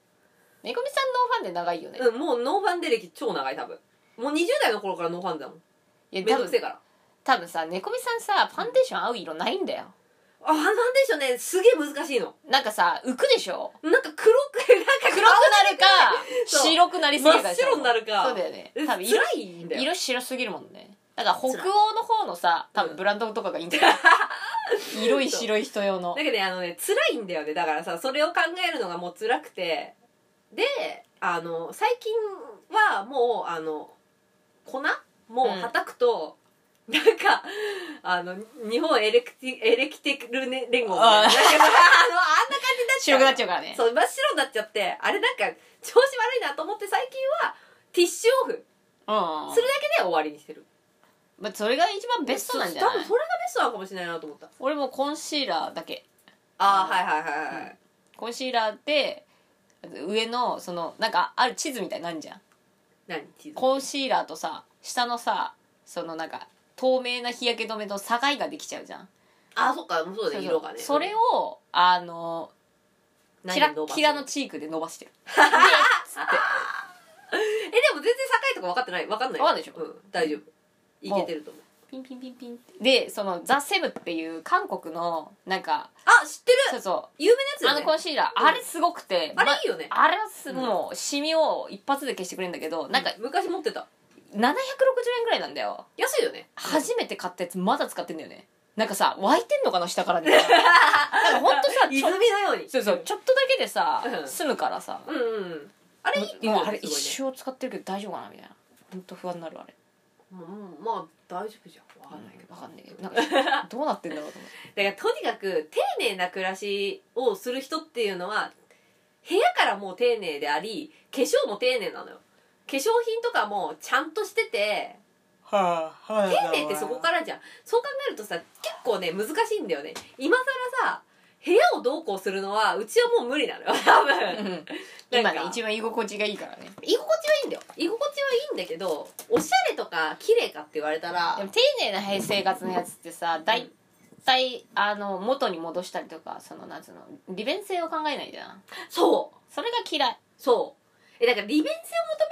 B: めぐみさんのファンで長いよね、い
A: うん、もうノーファンデ歴超長い多分もう20代の頃からノーファンだもん
B: や
A: めん
B: 多
A: どくせえ
B: 分
A: から
B: 多分さ猫みさんさファンデーション合う色ないんだよ
A: あなんでしょうねすげえ難しいの
B: なんかさ浮くでしょ
A: なんか黒くなんか
B: 黒く <laughs> なるか
A: <laughs> そう
B: 白くなりすぎるかでしょ
A: 真っ白になるか
B: そうだよね
A: え
B: 多分色
A: 辛いんだよ
B: 色白すぎるもんねだから北欧の方のさ多分ブランドとかがいい
A: <laughs>
B: んだよ、色い白い人用の
A: だけどねあのね辛いんだよねだからさそれを考えるのがもう辛くてであの最近はもうあの粉もう
B: うん
A: 叩くと、なんかあの日本エレクティエレキテルね連合みたいな
B: あー
A: なんかあのあんな感じになっちゃ
B: 白
A: う
B: くなっちゃうからね
A: そう真っ白になっちゃってあれなんか調子悪いなと思って最近はティッシュオフ
B: うん、
A: するだけで終わりにしてる
B: まあ、それが一番ベストなんじゃない
A: 多分それがベストなのかもしれないなと思った
B: 俺もコンシーラーだけ
A: ああ
B: うん
A: はいはいはいはい、
B: コンシーラーで上のそのなんかある地図みたいなのあんじゃん
A: 何チーズ
B: コンシーラーとさ下のさそのなんか透明な日焼け止めと境ができちゃうじゃん
A: ああそっかもうそうだね
B: そうそう
A: 色がね
B: それをあのキラッキラの
A: え
B: チークで伸
A: <laughs>
B: ばしてるでつっ
A: でも全然境とか分かってない分かんない
B: 分かんないでしょ
A: うん、大丈夫いけてると思う
B: てピンピンピンピンってでそのザ・セブっていう韓国のなんか
A: あ知ってる
B: そうそ
A: 有名なやつ
B: う
A: よ
B: あ
A: ね
B: のコンシーラー、
A: うん
B: あれすごくて
A: あれ
B: ま
A: いいよね
B: あれはす
A: うん
B: もうシミを一発で消してくれるんだけどなんか
A: う昔持ってた
B: 760円ぐらいなんだよ
A: 安いよね
B: 初めて買ったやつまだ使ってんだよねなんかさ湧いてんのかな下からね
A: <laughs>
B: なんかほんとさち
A: 泉
B: ょ
A: のように
B: そうそうちょっとだけでさ
A: うん
B: 済むからさ
A: うんうんうんあれいいって言う
B: もう
A: よ
B: あ
A: ね
B: れ
A: すご
B: 一
A: いね
B: 生使ってるけど大丈夫かなみたいなほんと不安になるあれ
A: もううんまあ大丈夫じゃん分かんないけど
B: わかんないけどなんかどうなってんだろうと思って
A: だからとにかく丁寧な暮らしをする人っていうのは部屋からもう丁寧であり化粧も丁寧なのよ化粧品とかもちゃんとしてて丁寧ってそこからじゃんそう考えるとさ結構ね難しいんだよね今更さ部屋をどうこうするのはうちはもう無理なのよ <laughs> 多
B: う
A: 分
B: ん今ね
A: なんか
B: 一番居心地がいいからね
A: 居心地はいいんだよ居心地はいいんだけどおしゃれとか綺麗かって言われたら
B: でも丁寧な生活のやつってさ大対あの元に戻したりとかそのなんつうの利便性を考えないじゃん
A: そう
B: それが嫌い
A: そうえだから利便性を求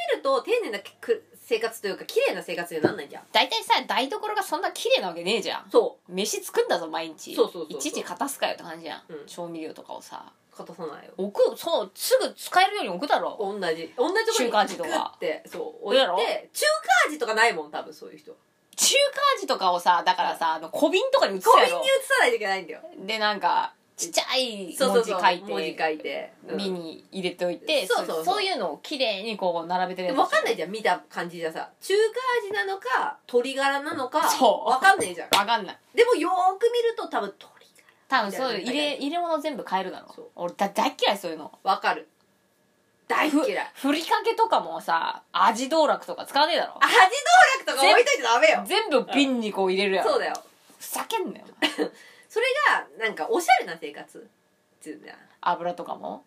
A: めると丁寧なく生活というか綺麗な生活にはなんないじゃん
B: 大体さ台所がそんな綺麗なわけねえじゃん
A: そ
B: 飯作んだぞ毎日
A: そうそうそうそう
B: いちいち片すかよって感じじゃん、
A: うん
B: 調味料とかをさ
A: う片さないよ
B: 置くそうすぐ使えるように置くだろ
A: 同じ同じとこに
B: 中華味とか
A: グッてそう置い
B: どうやろ
A: て中華味とかないもん多分そういう人
B: 中華味とかをさだからさあの小瓶とかに移す
A: コン
B: や
A: ビニに
B: ろ
A: 移さないといけないんだよ
B: でなんかちっちゃい
A: そうそ
B: 文
A: う
B: 字
A: そ
B: 書
A: う
B: いて
A: 文字書いて、うん
B: 瓶に入れておいて、
A: そうそうそう
B: そういうのを綺麗にこう並べて
A: でも分かんないいじゃん見た感じじゃさ中華味なのか鶏ガラなのか
B: そう
A: 分かんないじゃん
B: わかんない
A: でもよーく見ると多分鶏
B: 多分そういう
A: みた
B: 入
A: いな
B: れ入れ物全部変えるだろ
A: そう
B: 俺だ大っ嫌いそういうの
A: ガラ分かる大っ嫌い
B: ふりかけとかもさ味道楽とか使わねえだろ
A: 味道楽とか置いといてダメよ
B: 全部瓶にこう入れるやん
A: そうだよ
B: ふざけんなよお前
A: それがなんかおしゃれな生活っていうんだよ
B: 油とかも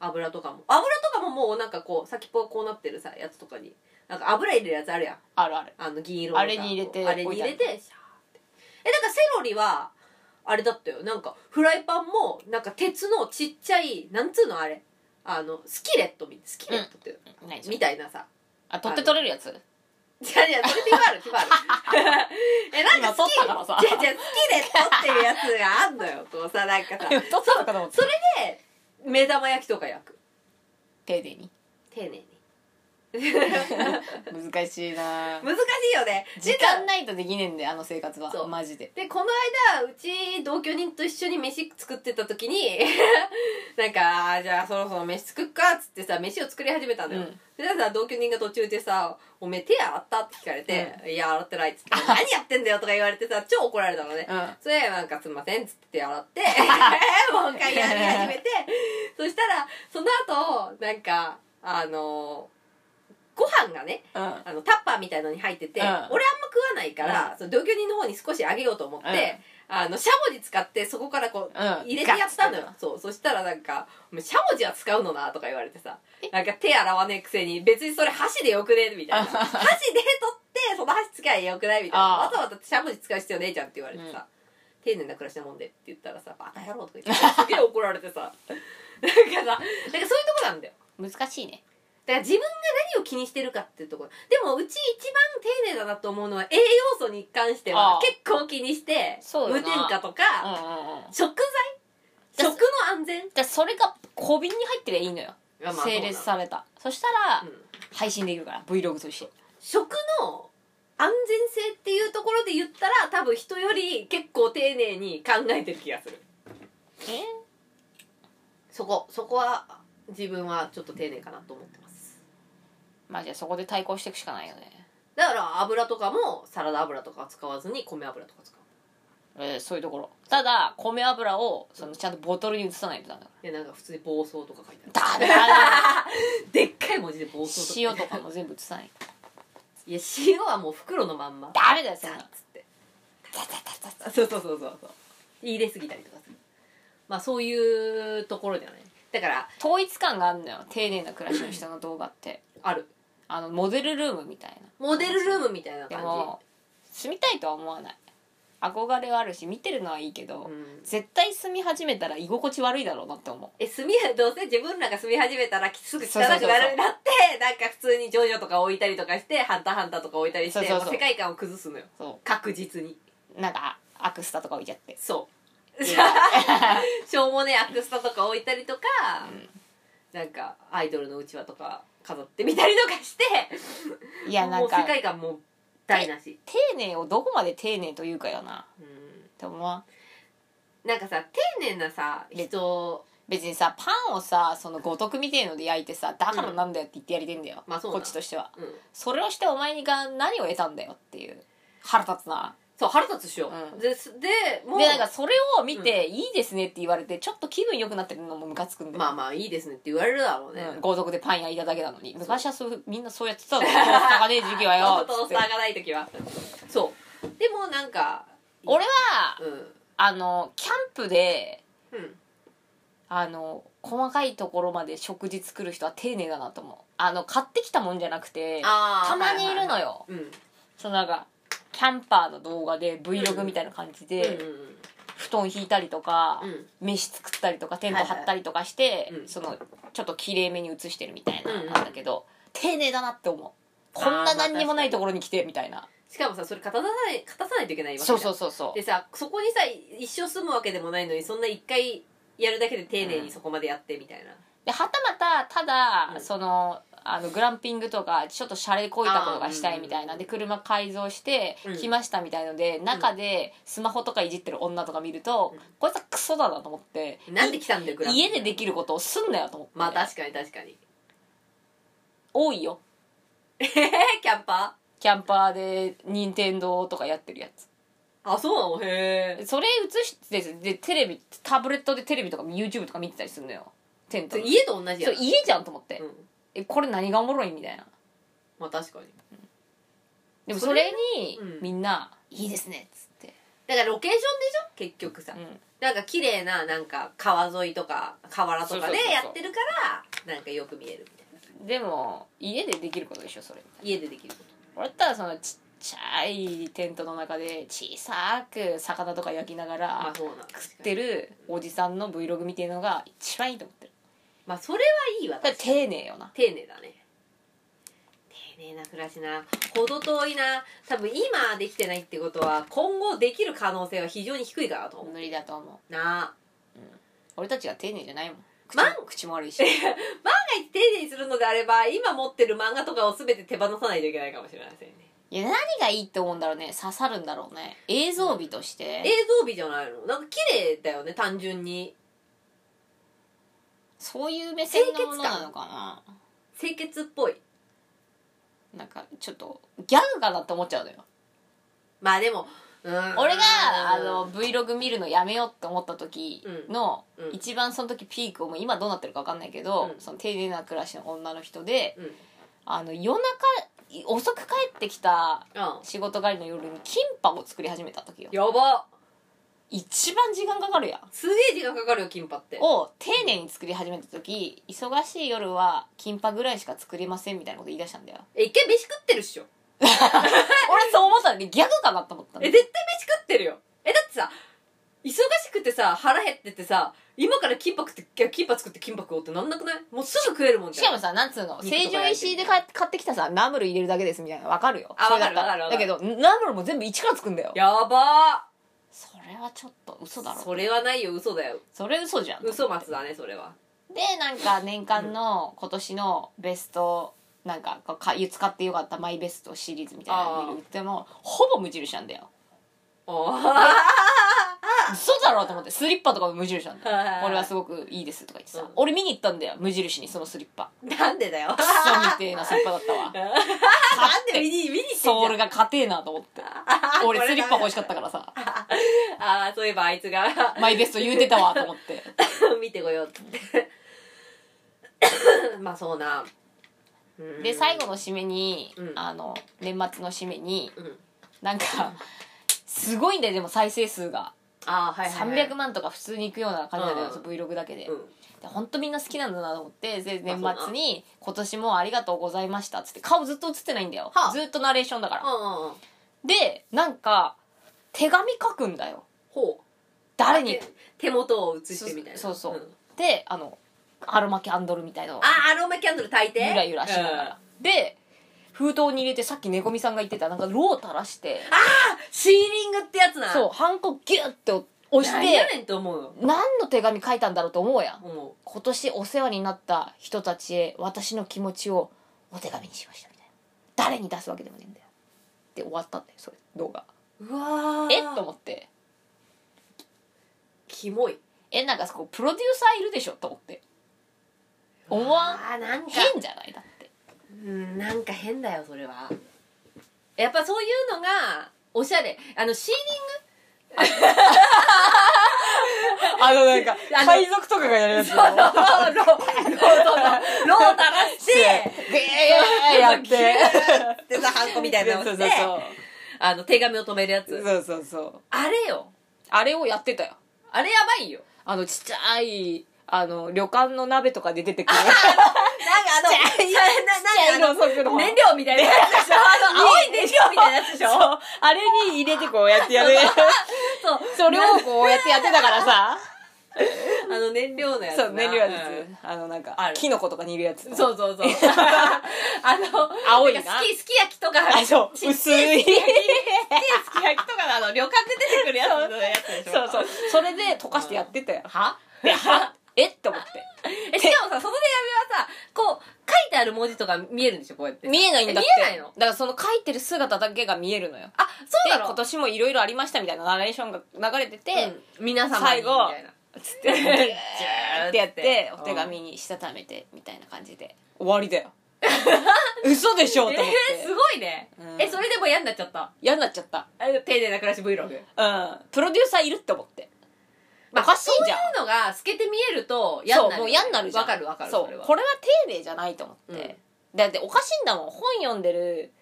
A: 油とかも油とかももうなんかこう先っぽがこうなってるさやつとかになんか油入れるやつあるやん
B: あるある
A: あの銀色のさ
B: あれに入れて
A: あれに入れて
B: 置いてあ
A: シャーってえだからセロリはあれだったよなんかフライパンもなんか鉄のちっちゃいなんつうのあれあのスキレットみスキレットって、
B: ない
A: みたいなさ
B: あ取って取れるやつ
A: いやいやそれティファールティ
B: <laughs>
A: ファールえなんかスキ
B: 今取ったからさ
A: じゃじゃスキレットっていうやつがあんのよこうさなんかさ
B: 取ったのかと思って
A: それで目玉焼きとか焼く
B: 丁寧に
A: 丁寧に
B: 難しいな
A: 難しいよね
B: 時間ないとできねえんだよあの生活
A: そ
B: は
A: う
B: マジで
A: でこの間うち同居人と一緒に飯作ってた時に <laughs> なんかあーじゃあそろそろ飯作っかっつってさ飯を作り始めたのよ、
B: うん
A: そしたらさ同居人が途中でさ「おめえ手洗った?」って聞かれて「いや洗ってない」っつって <laughs> 「何やってんだよ」とか言われてさ超怒られたのね、
B: うん
A: それでなんか「すんません」っつって手洗
B: <laughs>
A: ってもう一回やり始めてそしたらその後なんかあのご飯がね
B: うん
A: あのタッパーみたいのに入ってて、
B: うん
A: 俺あんま食わないから、その同居人の方に少しあげようと思って、あのしゃもじ使ってそこからこう、
B: うん
A: 入れてやったのよ
B: ガッ
A: そうそしたらなんか「お前しゃもじは使うのな」とか言われてさなんか手洗わねえくせに別にそれ箸でよくねみたいな箸で取ってその箸使えばよくないみたいな
B: あ
A: わ
B: あ
A: ざわざしゃもじ使う必要ねえじゃんって言われてさ、丁寧な暮らしなもんでって言ったらさ「バカ野郎」とか言ってすげえ怒られてさなんかさなんかそういうとこなんだよ
B: 難しいね
A: だから自分が何を気にしてるかっていうところでもうち一番丁寧だなと思うのは栄養素に関して
B: あ
A: は
B: あ
A: 結構気にして
B: そうよ
A: 無
B: な
A: 添加と
B: うん
A: か、
B: うんうん
A: 食材
B: だ
A: 食の安全
B: じゃそれが小瓶に入ってりゃいいのよ整列されたそしたら、
A: うん
B: 配信できるから Vlog として
A: 食の安全性っていうところで言ったら多分人より結構丁寧に考えてる気がする
B: え
A: そこそこは自分はちょっと丁寧かなと思ってます
B: まあじゃあそこで対抗していくしかないよね、
A: だから油とかもサラダ油とかは使わずに米油とか使う
B: えーそういうところただ米油をそのちゃんとボトルに移さないとダメだ
A: でなんか普通に暴走とか書いてある
B: ダメだな
A: でっかい文字で暴走
B: 塩とかも全部移さない
A: いや塩はもう袋のまんま
B: <laughs> ダメだよそ
A: ザ
B: ん
A: ッ
B: な
A: つ
B: の
A: って
B: ザザザザザ
A: そうそうそうそうそう入れすぎたりとかするまあそういうところじゃないだから
B: 統一感があるのよ丁寧な暮らしの人の動画って
A: ある
B: あのモデルルームみたい
A: モデルルームみたいな
B: なで
A: 感
B: も住みたいとは思わない憧れはあるし見てるのはいいけど、
A: じ、うん、
B: 絶対住み始めたら居心地悪いだろうなって思う
A: え住みどうせ自分らが住み始めたらすぐ汚くなる
B: そうそうそうそう
A: なってなんか普通にジョジョとか置いたりとかしてハンターハンターとか置いたりして
B: そうそうそう
A: 世界観を崩すのよ
B: そ
A: 確実に
B: うなんかアクスタとか置いちゃって
A: そう <laughs> しょうもねえアクスタとか置いたりとか、なんかアイドルのうちわとか飾ってみたりとかして
B: いやなん
A: もう
B: か
A: 世界観もう台無し、
B: 丁寧をどこまで丁寧というかよな
A: うん
B: でもまあ
A: なんかさ丁寧なさ人
B: 別にさパンをさその五徳みてえので焼いてさだからなんだよって言ってやりてんだよ、
A: まあそうだ
B: こっちとしては
A: うん
B: それをしてお前が何を得たんだよっていう腹立つな
A: そう腹立つっしょ、
B: うん
A: ですでもう
B: でなんかそれを見て、いいですねって言われてちょっと気分良くなってるのもムカつくんで
A: まあまあいいですねって言われるだろうね、
B: うん、豪族でパン焼いただけなのに昔はそうみんなそうやってたのトースターがねえ時期はよ
A: トースターがない時はそうでもなんか
B: 俺は
A: うん
B: あのキャンプで
A: うん
B: あの細かいところまで食事作る人は丁寧だなと思うあの買ってきたもんじゃなくて
A: あー
B: たまにいるのよ、
A: うん
B: そのなんかキャンパーの動画で Vlog みたいな感じで、
A: うんうん
B: 布団引いたりとか、
A: うん
B: 飯作ったりとかテント張ったりとかして、
A: うん
B: そのちょっときれいめに写してるみたいな
A: うん
B: な
A: うん
B: んだけど、丁寧だなって思うこん
A: あ
B: な
A: ーまあ
B: 何にもないところに来てみたいな
A: しかもさそれ片さない片さないといけないわけじゃ
B: そ
A: ん
B: うそうそうそう
A: でさそこにさ一生住むわけでもないのにそんな一回やるだけで丁寧にそこまでやってみたいな、
B: ではたまたただ、
A: うん
B: そのあのグランピングとかちょっとシャレこいたことがしたいみたいな、
A: あーうん
B: で車改造して
A: うん
B: 来ましたみたいので、中でスマホとかいじってる女とか見ると、
A: うん
B: こいつはクソだなと思って
A: なんで来たんだよグランピン
B: 家
A: グ
B: でできることをすんなよと思って、
A: まあ確かに確かに
B: 多いよ
A: キャンパ
B: キャンパーで任天堂とかやってるやつ
A: ーあそうなのへえ
B: それ映してでテレビタブレットでテレビとか YouTube とか見てたりするのよテントの
A: 家と同じや
B: そうん家じゃんと思って、
A: うん
B: えこれ何がおもろいみたいな
A: まあ確かに
B: でもそれに
A: それうん
B: みんな「いいですね」っつって、
A: だからロケーションでしょ結局さ、
B: うん
A: なんか綺麗ななんか川沿いとか河原とか
B: そうそう
A: で
B: そうそう
A: やってるからなんかよく見えるみたいな
B: でも家でできることでしょそれ
A: 家でできること
B: 俺だったらそのちっちゃいテントの中で小さく魚とか焼きなが
A: まあ
B: ら
A: そうなの
B: 食ってるおじさんの Vlog 見てるのが一番いいと思ってる
A: まあそれはいいわ
B: だから丁寧よな
A: 丁寧だね丁寧な暮らしな程遠いな多分今できてないってことは今後できる可能性は非常に低いかなと思
B: 無理だと思
A: う
B: う
A: なあ
B: 俺たちが丁寧じゃないもん口,、
A: ま
B: 口も悪いし
A: 万が一丁寧にするのであれば今持ってる漫画とかを全て手放さないといけないかもしれませんね
B: いや何がいいって思うんだろうね刺さるんだろうね映像美として
A: 映像美じゃないのなんか綺麗だよね単純に
B: そういう目線のものなのか
A: 清潔っぽい
B: ななんかちょっとギャグかなって思っちゃうのよ
A: まあでもうん俺
B: 俺があの Vlog 見るのやめようって思った時の、
A: うんうん
B: 一番その時ピークをもう今どうなってるか分かんないけど、
A: うん
B: その丁寧な暮らしの女の人で
A: うん
B: あの夜中遅く帰ってきた
A: うん
B: 仕事帰りの夜にキンパを作り始めた時よ
A: やば
B: 一番時間かかるやん
A: すげえ時間かかるよキンパって
B: を丁寧に作り始めた時忙しい夜はキンパぐらいしか作りませんみたいなこと言い出したんだよ
A: え一回飯食ってるっしょ
B: 俺そう思ったのにギャグかなと思ったの
A: え、絶対飯食ってるよ。え、だってさ、忙しくてさ、腹減っててさ、今から金箔って、いや金箔作って金箔食おうってなんなくないもうすぐ食えるもんじ
B: し
A: ゃん。
B: かもさなんつうの
A: 肉とか
B: 成城石井で買って買ってきたさナムル入れるだけですみたいなの分かるよ
A: あ
B: それだった
A: 分かる
B: ら
A: 分
B: だ
A: か
B: け
A: る
B: どナムルも全部一から作るんだよ
A: やば
B: それはちょっと嘘だ
A: ー
B: ろ
A: それはないよ、嘘だよ。
B: それ嘘じゃん
A: 嘘松だね、それは。
B: でなんか年間の今年のベストなんかこうか使ってよかったマイベストシリーズみたいなの言ってもほぼ無印なんだよ
A: あ
B: 嘘だろと思ってスリッパとかも無印なんだよ
A: あ
B: <laughs> 俺はすごくいいですとか言って
A: う
B: さ、
A: ん
B: 俺見に行ったんだよ無印にそのスリッ <laughs> パ
A: <laughs> なんでだよ。
B: クソみ <laughs> てえなスリッパだったわ
A: なんで見に、見に来てん
B: ソ
A: じ
B: ー
A: ゃ
B: ル
A: ん。
B: が硬えなと思 <laughs> って俺スリッパ欲しかったからさ
A: た。ああ、そういえばあいつが <laughs>
B: マイベスト言うてたわと思って
A: 見てこようって。 <laughs> まあそうな。うん
B: <laughs> で最後の締めに、
A: うん
B: あの年末の締めに
A: うん。
B: なんか <laughs> すごいんだよでも再生数が
A: ああ、はいはい、はい。
B: 300万とか普通にいくような感じなんだよ、その Vlog だけで,、
A: うん。
B: で本当みんな好きなんだなと思ってで年
A: まあそう
B: 末
A: だ
B: に「今年もありがとうございました」っつって顔ずっと映ってないんだよ、
A: はあ
B: ずっとナレーションだから、
A: うんうんうん。
B: でなんか手紙書くんだよ
A: ほう。
B: 誰に
A: 手手元を映してみたいな
B: そうそうそうんであのアロマキャンドルみたいのを
A: あアロマキャンドル炊いて
B: ゆらゆらしながら、で封筒に入れてさっき猫みさんが言ってたなんかロを垂らして
A: うんシーリングってやつな
B: そうハンコギュッて押し
A: 何や
B: て
A: ねんと思うよ
B: 何の手紙書いたんだろうと思うやん
A: 思
B: 今年お世話になった人たちへ私の気持ちをお手紙にしましたみたいな誰に出すわけでもねえんだよで終わったんだよそれ動画
A: ううわー
B: えっと思って
A: キモい
B: えなんかそこプロデューサーいるでしょと思って思わん
A: あーなんか
B: 変じゃないだって
A: うんなんか変だよそれはやっぱそういうのがおしゃれあのシー
B: <laughs> あのなんか
A: 海
B: 賊とかがやるやつ
A: リングのロロロを垂らして
B: やっ
A: で
B: て
A: さハンコみたいなのをしてあの手紙を止めるやつ
B: <laughs> そうそうそう
A: あれよ
B: あれをやってたよ
A: あれやばいよ
B: あのちっちゃいあの旅館の鍋とかで出てく <laughs> る
A: <laughs> なんかあの
B: ちっちゃい
A: ななんかあの
B: 色素の
A: 燃料みたいな
B: <laughs>
A: やつでしょあの青い燃料みたいなやつでしょ
B: <laughs> そうあれに入れてこうやってやる
A: そうそう
B: <laughs> それをこうやってやってたからさ
A: あの燃料のやつな
B: <laughs> そう練るやつ、
A: うん
B: あのなんか
A: ある
B: キノコとかにいるやつ
A: そうそうそう <laughs> あの
B: 青いな
A: なんかすきすき焼きとか
B: あそう
A: ちっちゃい
B: <laughs> 薄
A: すき焼きす
B: い
A: き焼きとかのあの旅客出てくるやつのやつでしょ
B: <laughs> そうそうそれで溶かしてやってたよ
A: は <laughs>
B: ではえっと思って
A: えしかもさその手紙はさこう書いてある文字とか見えるんでしょこうやって
B: <laughs> 見えないんだって
A: え見えないの
B: だからその書いてる姿だけが見えるのよ
A: あそう
B: で
A: なの
B: 今年もいろいろありましたみたいなナレーションが流れてて、
A: うん皆様に
B: 最後
A: みたいな <laughs>
B: つってギューってやって
A: うん
B: お手紙にしたためてみたいな感じで終わりだよ <laughs> 嘘でしょと思って
A: えー、すごいね、
B: うん
A: えそれでも嫌になっちゃった
B: 嫌になっちゃった
A: え丁寧な暮らし Vlog
B: うんプロデューサーいるって思って
A: まあ、
B: おかしいじゃん
A: そういうのが透けて見えると嫌に
B: そう
A: なる
B: もう嫌になるじゃん
A: わかるわかる
B: そう
A: それは
B: これは丁寧じゃないと思って、だっておかしいんだもん本読んでる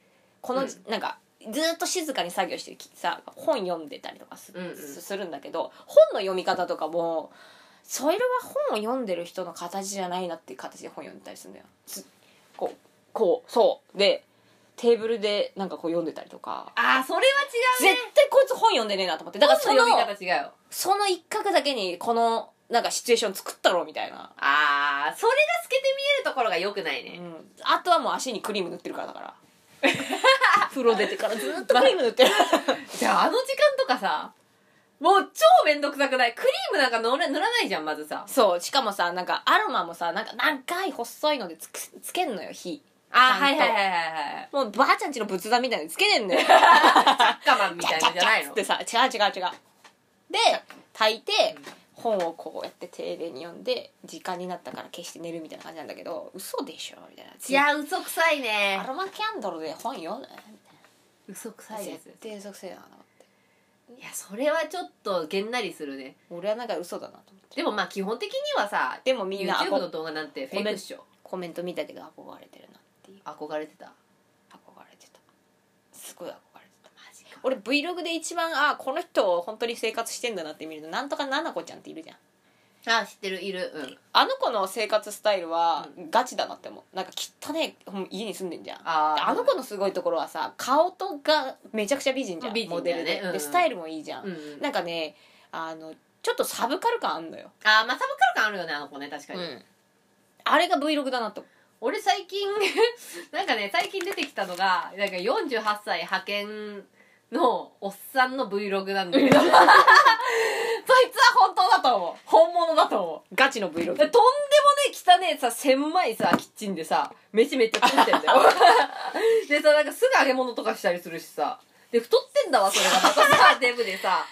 B: この、
A: うん
B: なんかずーっと静かに作業してるきさ本読んでたりとかす,す、
A: うんうん
B: するんだけど本の読み方とかもそれは本を読んでる人の形じゃないなっていう形で本読んでたりするんだよつこうこうそうでテーブルでなんかこう読んでたりとか
A: ああそれは違う
B: 絶
A: ね
B: 対こいつ本読んでねえなと思ってだからその
A: 本の読み方違うよ
B: その一角だけにこのなんかシチュエーション作ったろうみたいな
A: ああそれが透けて見えるところがよくないね、
B: あとはもう足にクリーム塗ってるからだから
A: <laughs>
B: 風呂出てからずっとクリーム塗ってる
A: じゃああの時間とかさもう超めんどくさくないクリームなんか塗ら塗らないじゃんまずさ
B: そうしかもさなんかアロマもさなんか長い細いのでつくつけんのよ火
A: あ
B: ちゃん
A: ー
B: と
A: はいはいはいはいはい
B: もうばあちゃんちの仏壇みたいにつけねえ
A: <laughs>
B: んだよ
A: 我慢みたいなんじゃない
B: っ
A: の
B: てさ違う違う違うで炊いて本をこうやって丁寧に読んで時間になったから消して寝るみたいな感じなんだけど嘘でしょみたいなう
A: や嘘くさいね
B: アロマキャンドルで本読んだよみたい
A: 嘘く
B: な
A: さいです
B: 絶対嘘くせえなと思って
A: いやそれはちょっとげんなりするね
B: 俺はなんか嘘だなと思って
A: でもまあ基本的にはさ
B: でもみんな
A: YouTube の動画なんてフェイクっしょ
B: コメント見たけど憧れてるなっていう
A: 憧れてたマ
B: 憧れてたすごい憧れてた
A: ジか
B: 俺 Vlog で一番あこの人本当に生活してんだなって見るとなんとかななこちゃんっているじゃん
A: あ知ってるいるうん
B: あの子の生活スタイルはガチだなって思うなんか汚ねほん家に住んでんじゃん
A: あー
B: あの子のすごいところはさ顔とがめちゃくちゃ美人じゃん
A: 美人
B: モ
A: だ
B: デ
A: よね
B: ルで,、
A: うん
B: でスタイルもいいじゃん、
A: うんうん
B: なんかねあのちょっとサブカル感あんのよ、
A: あーまあサブカル感あるよねあの子ね確かに、
B: あれが Vlog だなと思う
A: 俺最近 <laughs> なんかね最近出てきたのがなんか48歳派遣のおっさんの Vlog なんだけど <laughs> そいつは本当だと思う本物だと思う
B: ガチの Vlog
A: とんでもねえ汚ねえさ狭いさキッチンでさ飯めっちゃ食ってん
B: <laughs>
A: だよでさなんかすぐ揚げ物とかしたりするしさで太ってんだわそれがまたさデブで
B: <laughs>
A: さ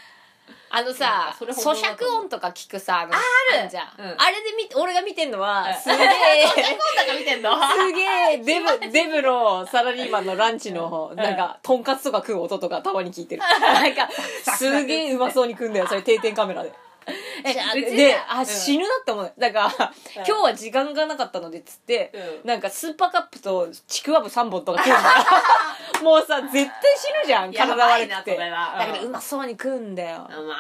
B: あのさ、
A: うんそれ
B: 咀
A: 本当だと
B: 嚼
A: 思う
B: 音とか聞くさ、あの、あ
A: る
B: んじゃん。
A: うん
B: あれで見て、俺が見てんのは、すげえ、
A: <laughs> 今度が見てんの
B: すげえ、デ
A: <laughs>
B: ブ、デブのサラリーマンのランチの、なんか、とんかつとか食う音とかたまに聞いてる。な
A: <laughs>
B: んか、すげえうまそうに食うんだよ、それ定点カメラで。
A: えうち
B: で、
A: う
B: あ、
A: ん
B: 死ぬなって思う。だから、今日は時間がなかったので、つって、
A: うん
B: なんかスーパーカップとちくわぶ3本とか食うんだ
A: <laughs>
B: よ。もうさ、絶対死ぬじゃん、
A: や
B: 体
A: ば
B: 悪
A: いな
B: くて。
A: それはうん
B: だからうまそうに食うんだよ
A: ま。あうん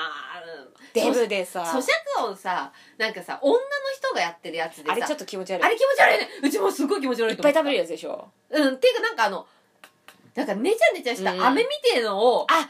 B: デブでさ。
A: 咀嚼音さなんかさ女の人がやってるやつでさ
B: あれちょっと気持ち悪い
A: あれ気持ち悪いねうちもすごい気持ち悪い
B: いっぱい食べる
A: よ
B: やつでしょ
A: うんていうかなんかあのなんかねちゃねちゃした飴みてえのを
B: あ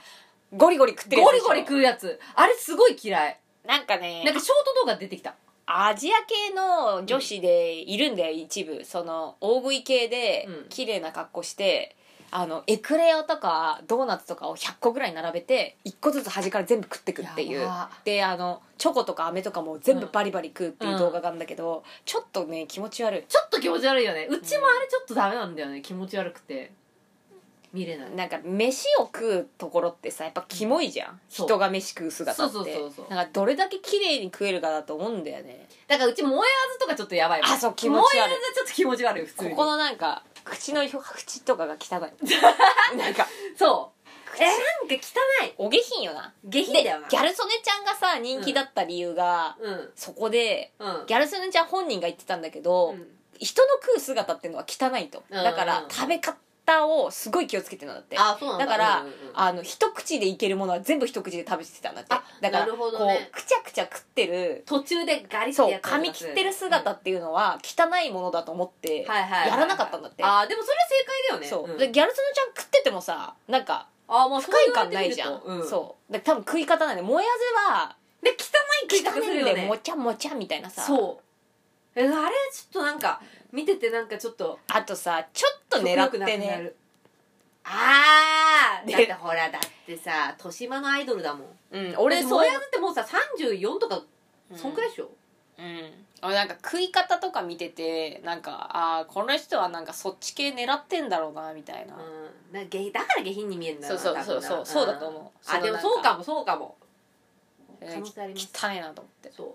B: ゴリゴリ食ってるや
A: ゴ
B: つ
A: リ
B: でしょ
A: ゴリ食うやつあれすごい嫌い
B: なんかね
A: なんかショート動画出てきた
B: アジア系の女子でいるんだよ一部その大食い系で
A: うん
B: 綺麗な格好してあのエクレアとかドーナツとかを100個ぐらい並べて1個ずつ端から全部食ってくっていう
A: やば
B: であのチョコとか飴とかも全部バリバリ食うっていう
A: うん
B: 動画があるんだけど、ちょっとね気持ち悪い
A: ちょっと気持ち悪いよねうちもあれちょっとダメなんだよね気持ち悪くて見れない
B: なんか飯を食うところってさやっぱキモいじゃん
A: そう
B: 人が飯食う姿って
A: そうそうそうそう
B: なんかどれだけ綺麗に食えるかだと思うんだよね
A: だからうち燃えあずとかちょっとやばいわ
B: あそう気持ち悪い
A: 燃えあずはちょっと気持ち悪い普通
B: こ
A: に
B: このなんか口の口とかが
A: <laughs>
B: 汚いなんか
A: そうえなんか汚い
B: お下品よな
A: 下品
B: で
A: だよな
B: ギャル曽根ちゃんがさ人気だった理由が、
A: うん
B: そこで
A: うん
B: ギャル曽根ちゃん本人が言ってたんだけど、
A: うん
B: 人の食う姿っていうのは汚いと、
A: うん
B: だから食べ方をすごい気をつけてるんだって
A: あそうなんだ
B: だから、
A: うんうんうん
B: あの一口でいけるものは全部一口で食べてたんだって
A: あ
B: だか
A: な
B: ら
A: るほどね
B: こうくちゃくちゃ食ってる
A: 途中でガリって
B: そう
A: やった
B: 噛
A: り
B: み
A: とかす
B: 切ってる姿っていうのは汚いものだと思って
A: はいはいはいはい
B: やらなかったんだって、
A: あーでもそれは正解だよね
B: そう、
A: ん
B: でギャル曽根ちゃん食っててもさなんか
A: あもう
B: 不快感ないじゃん、そうだから多分食い方なんでもやずは
A: うで汚い食い方
B: 汚
A: する
B: い
A: よ
B: で
A: ね
B: もちゃもちゃみたいなさ
A: そうえあれちょっとなんか見ててなんかちょっと
B: あとさちょっと狙
A: 食欲
B: っ
A: なく
B: て
A: な
B: ね
A: るああ
B: で
A: だってほらだってさ豊島のアイドルだもん
B: うん
A: 俺
B: 俺
A: そう
B: そう
A: もやずってもうさ34とかそんくらいでしょ、
B: うん、俺なんか食い方とか見ててなんかああこの人はなんかそっち系狙ってんだろうなみたいな、
A: うん、な下だから下品に見えるんだろ
B: そう
A: な
B: そ
A: 多
B: う
A: 分な
B: そうそうそうだと思うんそ
A: あ
B: の
A: でも
B: なんか
A: そうかもそうかも
B: え
A: 可能性あります
B: ー汚いなと思って
A: そう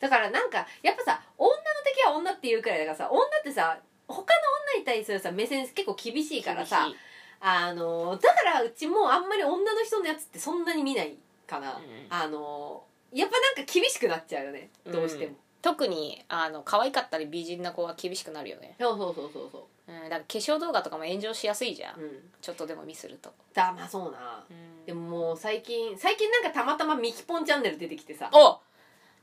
A: だからなんかやっぱさ女の敵は女っていうくらいだからさ女ってさ他の女に対するさ目線結構厳しいからさ
B: 厳し
A: あのだからうちもあんまり女の人のやつってそんなに見ないかな、
B: いうん
A: あのやっぱなんか厳しくなっちゃうよねどうしても、
B: 特にあの可愛かったり美人な子は厳しくなるよね、
A: そうそうそうそ
B: うん、だから化粧動画とかも炎上しやすいじゃん、
A: ううん
B: ちょっとでもミスると、
A: だまあそうなでももう最近最近なんかたまたまミキポンチャンネル出てきてさ
B: お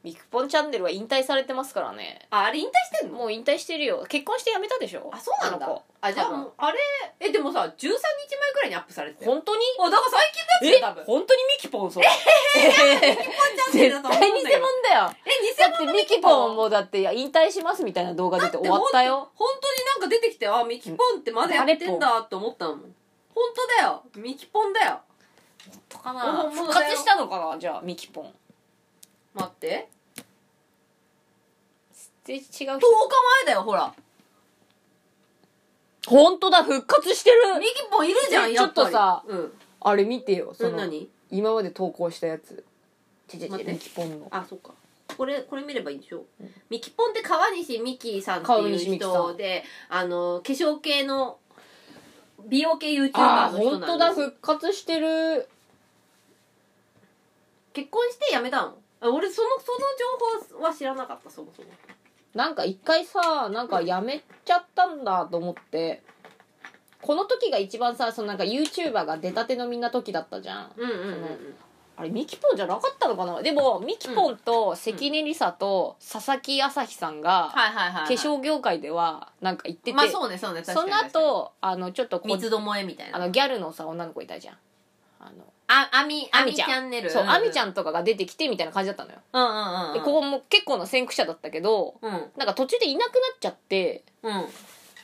B: ミクポンチャンネルは引退されてますからね
A: ああれ引退してんの
B: もう引退してるよ結婚して辞めたでしょ
A: あそうなん
B: あの
A: だ
B: 子
A: あじゃあもうあれえでもさ13日前ぐらいにアップされてたよ
B: 本当に
A: あだから最近だ
B: え
A: よ多分
B: 本当にミキポンそれええ
A: チャンネルだ
B: 絶
A: と思うん
B: 対
A: だ
B: 偽
A: よ
B: 物だよ
A: え偽
B: だっ
A: 物
B: て
A: の
B: ミキポンもだっていや引退しますみたいな動画出て終わったよ
A: 本当になんか出てきてあミキポンってまだやってんだと思ったのもん本当だよミキポンだよ
B: か
A: な
B: 復活したのかなじゃあミキポン
A: 待って
B: 全然違う
A: 10日前だよほら
B: 本当だ復活して
A: ミ
B: る
A: キポンいるじゃん
B: え
A: やっぱり
B: ちょっとさ
A: うん
B: あれ見てよそ
A: そんな
B: の
A: に
B: 今まで投稿したやつちちち
A: 待って
B: ミキポンの
A: あそっかこれこれ見ればいいんでしょ、ミキポンって川西美樹さんって
B: 川
A: いう
B: 西美樹さん
A: 人であの化粧系の美容系 YouTuber
B: あ
A: の人
B: 本
A: な
B: 当
A: んで
B: だ
A: すよ
B: 復活してる
A: 結婚して辞めたのあ俺そのその情報は知らなかったそもそも
B: なんか一回さなんかやめちゃったんだと思ってこの時が一番さそのなんか YouTuber が出たてのみんな時だったじゃん
A: うんうんうんうん
B: あれミキポンじゃなかったのかなでもミキポンと関根梨沙と佐々木朝日さんが
A: はいはいはい、は
B: 化
A: い、
B: 粧業界ではなんか言ってて、
A: まあそうねそうね確か
B: そ
A: に
B: の後あのちょっとこ
A: 三つどもえみたい
B: あ
A: な
B: のギャルのさ女の子いたじゃんあの
A: ああみあみチ
B: ち
A: ャ
B: ゃ
A: ンネル
B: んそうあみち
A: ゃん
B: ゃんとかが出てきてみたいな感じだったのよ、
A: うんうんうん
B: でここも結構な先駆者だったけど
A: うん
B: なんか途中でいなくなっちゃって
A: うん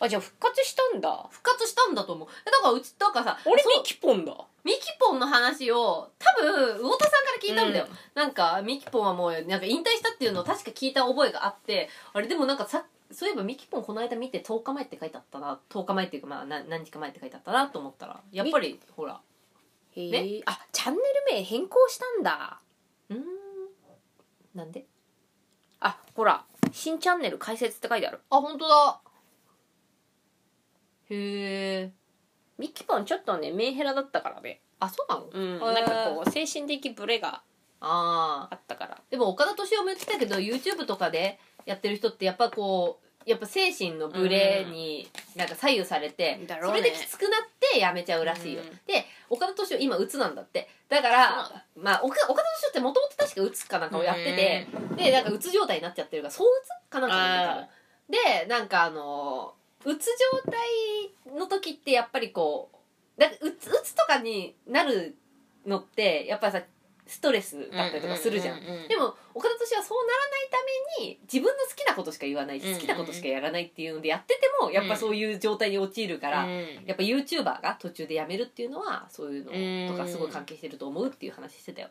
B: あじゃあ復活したんだ
A: 復活したんだと思うえだからうちだからさ
B: 俺
A: そう
B: ミキポンだ
A: ミキポンの話を多分魚田さんから聞いたんだよ、
B: うん
A: なんかミキポンはもうなんか引退したっていうのを確か聞いた覚えがあってあれでもなんかさそういえばミキポンこの間見て10日前って書いてあったな10日前っていうかまあな何日か前って書いてあったなと思ったらやっぱりほら
B: へ
A: ね
B: えあチャンネル名変更したんだ
A: うーんなんで
B: あほら新チャンネル開設って書いてある
A: あ本当だへえ
B: ミキポンちょっとねメンヘラだったからね
A: あそうなの
B: うん
A: へー
B: なんかこう精神的ブレが
A: ああ
B: あったから
A: でも岡田敏夫も言ってたけど YouTube とかでやってる人ってやっぱこうやっぱ精神のブレになんか左右されて、
B: だ
A: そ
B: ろ
A: う
B: ね
A: れできつくなってやめちゃうらしいよ、
B: うん
A: で岡田敏夫今鬱なんだってだからまあ岡岡田敏夫ってもともと確か鬱かなんかをやってて、でなんか鬱状態になっちゃってるから躁鬱かなんかなんだよ多分
B: あ
A: でなんかあのうつ状態の時ってやっぱりこうだうつうつとかになるのってやっぱりさストレスだったりとかするじゃん,、
B: うううう
A: でも岡田敏夫はそうならないために自分の好きなことしか言わない
B: うんうんうん
A: 好きなことしかやらないっていうのでやっててもやっぱそういう状態に陥るから、
B: うん
A: やっぱ YouTuber が途中でやめるっていうのはそういうのとかすごい関係してると思うっていう話してたよ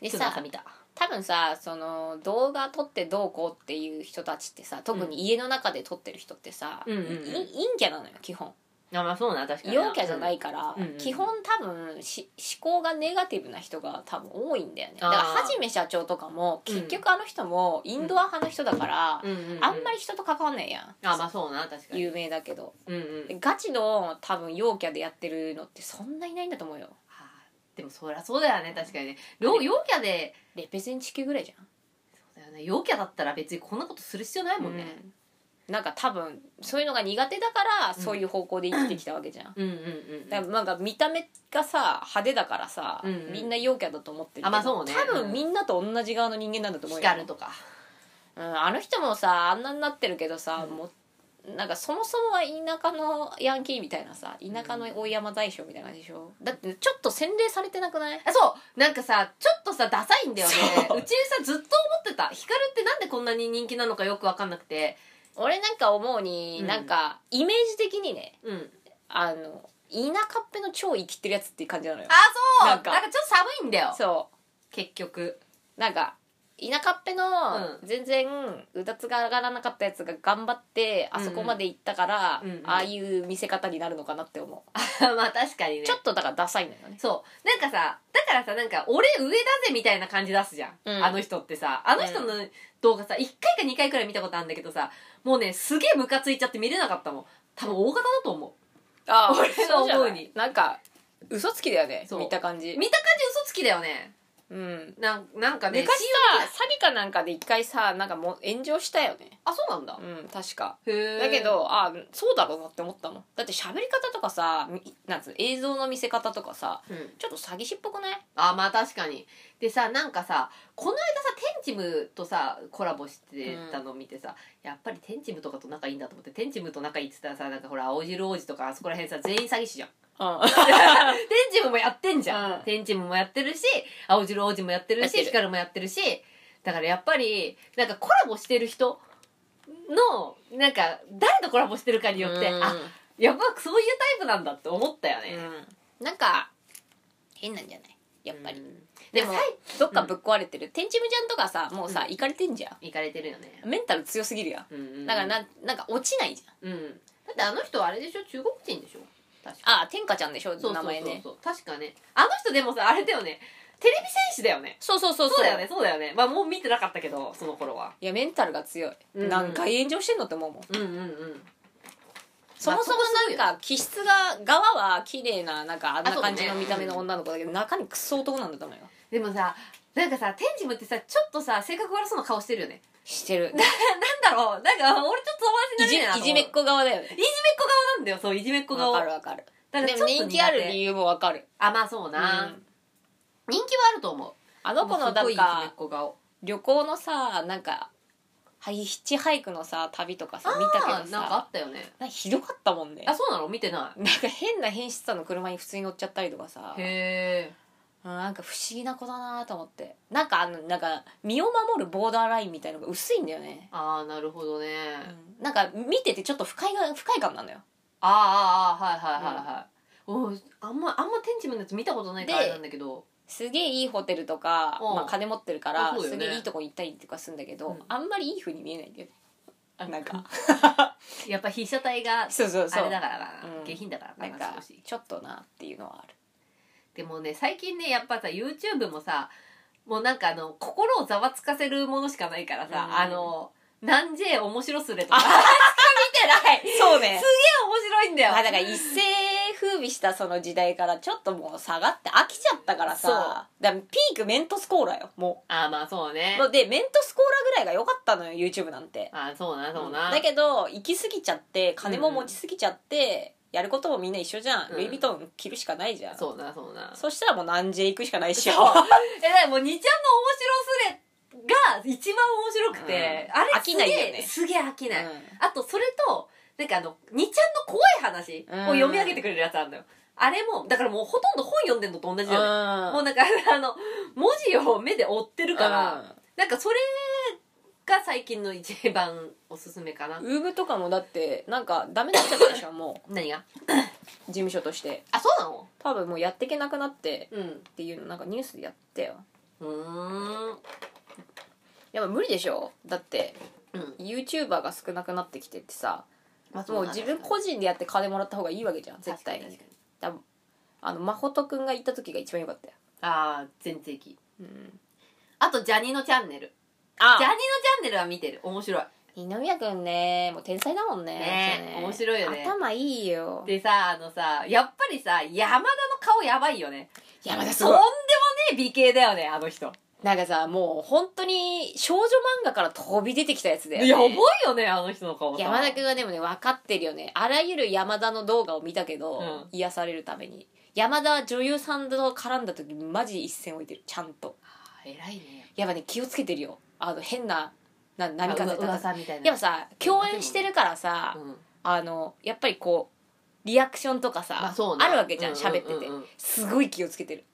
B: で
A: 今日の朝
B: さ
A: 見た
B: 多分さその動画撮ってどうこうっていう人たちってさ特に家の中で撮ってる人ってさ、
A: うんうんうん
B: い陰キャなのよ基本
A: あまあそうな確かに
B: 陽キャじゃないから、
A: うんうんうん
B: 基本多分し思考がネガティブな人が多分多いんだよね
A: あ
B: だ
A: ー
B: からはじめ社長とかも
A: うん
B: 結局あの人もインドア派の人だから、
A: うんうんうん
B: あんまり人と関わんないやん、
A: あまあそうな確かに
B: 有名だけど
A: うんうん
B: でガチの多分陽キャでやってるのってそんないないんだと思うよ
A: はあでもそりゃそうだよね確かにね陽陽キャで
B: レペゼン地球ぐらいじゃん
A: そうだよね陽キャだったら別にこんなことする必要ないもんね、
B: うんなんか多分そういうのが苦手だから
A: うん
B: そういう方向で生きてきたわけじゃん、
A: うん、うんうん
B: だからなんか見た目がさ派手だからさ、
A: うんうん
B: みんな陽キャだと思ってるけど
A: あまあそうね
B: 多分みんなと同じ側の人間なんだと思うよ
A: 光るとか
B: うん、あの人もさあんなになってるけどさ、
A: うん
B: もうなんかそもそもは田舎のヤンキーみたいなさ田舎の大山大将みたいな感じでしょだってちょっと洗礼されてなくない
A: あそうなんかさちょっとさダサいんだよね
B: そう
A: うちさずっと思ってたヒカルってなんでこんなに人気なのかよく分かんなくて
B: 俺なんか思うに、
A: うん
B: なんかイメージ的にね
A: うん
B: あの田舎っぺの超生きてるやつっていう感じなのよ
A: あそうな
B: なんん
A: か
B: か
A: ちょっと寒いんだよ
B: そ
A: 結局
B: うなんか田舎っぺの
A: う
B: 全然うだつが上がらなかったやつが頑張ってあそこまで行ったから、
A: うんうんうん
B: ああいう見せ方になるのかなって思う、
A: <laughs> まあ確かにね
B: ちょっとだからダサいのよね
A: そうなんかさだからさなんか俺上だぜみたいな感じ出すじゃん、
B: うん
A: あの人ってさあの人の動画さ1回か2回くらい見たことあるんだけどさもうねすげえムカついちゃって見れなかったもん多分大方だと思う
B: あ
A: 俺の
B: そうじゃない
A: 思うに
B: なんか嘘つきだよね
A: そう
B: 見た感じ
A: 見た感じ嘘つきだよね
B: うん
A: なんなんかね
B: 昔さ
A: 信
B: 詐欺かなんかで一回さなんかもう炎上したよね
A: 用あそうなんだ
B: うん確か
A: へえ
B: だけどあそうだろうなって思ったもんだって喋り方とかさみなんつうの映像の見せ方とかさ
A: うん
B: ちょっと詐欺師っぽくない
A: あまあ確かにでさなんかさこの間さテンチムとさコラボしてたの見てさ、やっぱりテンチムとかと仲いいんだと思ってテンチムと仲いいって言ったらさなんかほら青汁王子とかあそこら辺さ全員詐欺師じゃん
B: う <laughs>
A: テンチムもやってんじゃん、
B: うん
A: テンチムもやってるし青汁王子もやってる
B: やって
A: し
B: る
A: ヒカルもやってるしだからやっぱりなんかコラボしてる人のなんか誰とコラボしてるかによって、
B: うん
A: あやっぱそういうタイプなんだって思ったよね、
B: うんなんか変なんじゃないやっぱり、
A: うん
B: で
A: でも
B: もどっかぶっ壊れてる、天チムちゃんとかさもうさ
A: う
B: いかれてんじゃ
A: いかれてるよね
B: んメンタル強すぎるやん
A: うんうんうん
B: だからななんか落ちないじゃん
A: うんだってあの人あれでしょ中国人でしょ確か
B: ああ天下ちゃんでしょ
A: そうそ
B: 名
A: うそう
B: 前ね
A: そう確かねあの人でもさあれだよねテレビ戦士だよね
B: そうそうそう
A: そうだよねそうだよねまあもう見てなかったけどその頃はい
B: やメンタルが強い、
A: うん
B: 何回炎上してんのって思うもん
A: うんうんうん
B: そもそもなんか気質が側は綺麗ななんかあんな感じの見た目の女の子だけど中身クソ男なんだと思うよ
A: でもさなんかさ天智ムってさちょっとさ性格悪そうな顔してるよね
B: して
A: <laughs>
B: る
A: なんだろうなんか俺ちょっと友達
B: いじ
A: になれねえなと思
B: い
A: う
B: じめっ子側だよね
A: いじめっ子顔なんだよそういじめっ子
B: わ
A: 顔
B: かるわかる
A: だから
B: で
A: ちょ
B: も
A: っと苦手
B: 人気ある理由もわかる
A: あまあそう
B: うん
A: な、
B: あ
A: 人気はあると思う
B: の子の
A: す
B: な
A: ごい
B: ん
A: いじめっ
B: か
A: 子顔
B: 旅行のさなんかハイヒッチハイクのさ旅とかさ見たけど
A: あー
B: さ
A: なんかあったよね
B: なんかひどかったもんね
A: あそうなの見てない
B: なんか変な変質さの車に普通に乗っちゃったりとかさ
A: へえ
B: うんなんか不思議な子だなと思ってなんかあのなんか身を守るボーダーラインみたいのが薄いんだよね、
A: ああなるほどね、
B: なんか見ててちょっと不快が不快感なのよ
A: あーあーあーはいはいはいはい、おーあんまあんま天地のやつ見たことないからあ
B: で
A: れなんだけど
B: すげえいいホテルとか、
A: うん
B: まあ、金持ってるから、
A: あそうだよ
B: す
A: ね
B: げえいいとこ行ったりとかするんだけど、
A: うん
B: あんまりいいふうに見えないんだよねあな
A: <laughs>
B: んか
A: やっぱ被写体が
B: そうそう
A: あ
B: そう
A: れだからかな、
B: うん
A: 下品だから
B: な
A: か
B: ん
A: な
B: か
A: 少し
B: ちょっとなっていうのはある
A: でもね最近ねやっぱさ YouTube もさもうなんかあの心をざわつかせるものしかないからさ、
B: うん
A: あのなんじ面白すれ <laughs> とか
B: あ
A: しか見てないすげえ
B: そう
A: 面
B: ね
A: 白いんだよ、
B: まあだから一世風靡したその時代からちょっともう下がって飽きちゃったから
A: そう
B: さだからピークメントスコーラよもう
A: ああまあそうね
B: のでメントスコーラぐらいが良かったのよ YouTube なんて
A: あーそうなそうな、
B: だけど行き過ぎちゃって金も持ち過ぎちゃって、やることもみんな一緒じゃん、
A: うん
B: ルイ・ヴィトン着るしかないじゃん
A: そうなそうな
B: そしたらもう何時行くしかないっしょ
A: そうえ
B: <laughs>
A: だからもう2ちゃんの面白すれが一番面白くて、
B: うん
A: あれ
B: 飽きないよね
A: すげえすげえ飽きない、
B: うん
A: あとそれとなんかあの2ちゃんの怖い話を読み上げてくれるやつあるのよ、あれもだからもうほとんど本読んでんのと同じだよね、もうなんかあの文字を目で追ってるから、なんかそれが最近の一番おすすめかな、
B: うんウーブとかもだってなんかダメになっちゃったでしょも
A: 何が
B: う事務所として
A: あそうなの
B: 多分もうやっていけなくなって
A: うん
B: っていうのなんかニュースでやってよ
A: うーん
B: やっぱ無理でしょだって
A: うん、
B: YouTuber が少なくなってきてってさ
A: まあ
B: もう自分個人でやって金もらった方がいいわけじゃん絶対に
A: 確かに
B: 多分あの真琴くんが行った時が一番良かったよ、
A: ああ全盛期
B: うん、
A: あとジャニのチャンネル
B: あ
A: ジャニのチャンネルは見てる面白い
B: 二宮くんねもう天才だもんね
A: ね面白いよね
B: 頭いいよ
A: でさあのさやっぱりさ山田の顔やばいよね
B: 山田
A: とんでもねえ美形だよねあの人
B: なんかさもう本当に少女漫画から飛び出てきたやつだよ、ね、
A: やばいよねあの人の顔さ
B: 山田くんはでもね分かってるよねあらゆる山田の動画を見たけど、
A: うん
B: 癒されるために山田は女優さんと絡んだ時マジ一線置いてるちゃんと
A: あー偉いね
B: やっぱね気をつけてるよあの変なな波風立たず
A: 噂みたいな
B: やっぱさ共演してるからさ
A: うん
B: あのやっぱりこうリアクションとかさ、
A: まあそうね
B: あるわけじゃん喋ってて、
A: うんうんうんうん
B: すごい気をつけてる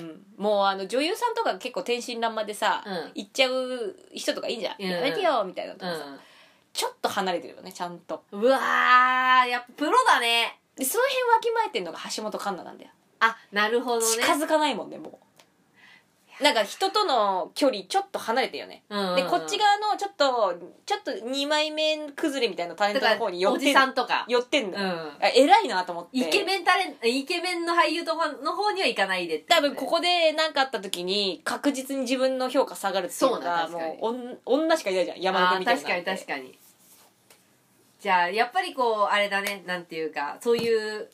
B: うん、もうあの女優さんとか結構天真爛漫でさ、
A: うん
B: 行っちゃう人とかいいじゃん、
A: うん
B: やめてよみたいなのとかさ、ちょっと離れてるよねちゃんと
A: うんうわーやっぱプロだね
B: でその辺わきまえてるのが橋本環奈なんだよ
A: あなるほどね
B: 近づかないもんねもうなんか人との距離ちょっと離れてるよね
A: うん
B: でこっち側のちょっとちょっと2枚目崩れみたいなタレン
A: だ
B: ト
A: か
B: の方に寄
A: ら
B: っ
A: お
B: て
A: じ
B: ん
A: さんとか
B: 寄ってん
A: う
B: の、
A: ん
B: あ偉いなと思って
A: イケメンタレンイケメンの俳優とかの方には行かないでって
B: 多分ここで何かあった時に確実に自分の評価下がるっていうのが
A: そうだ
B: も
A: 確
B: うおん女しかいないじゃん山
A: あー
B: 田君みたいな
A: 確かに確かにじゃあやっぱりこうあれだねなんていうかそういう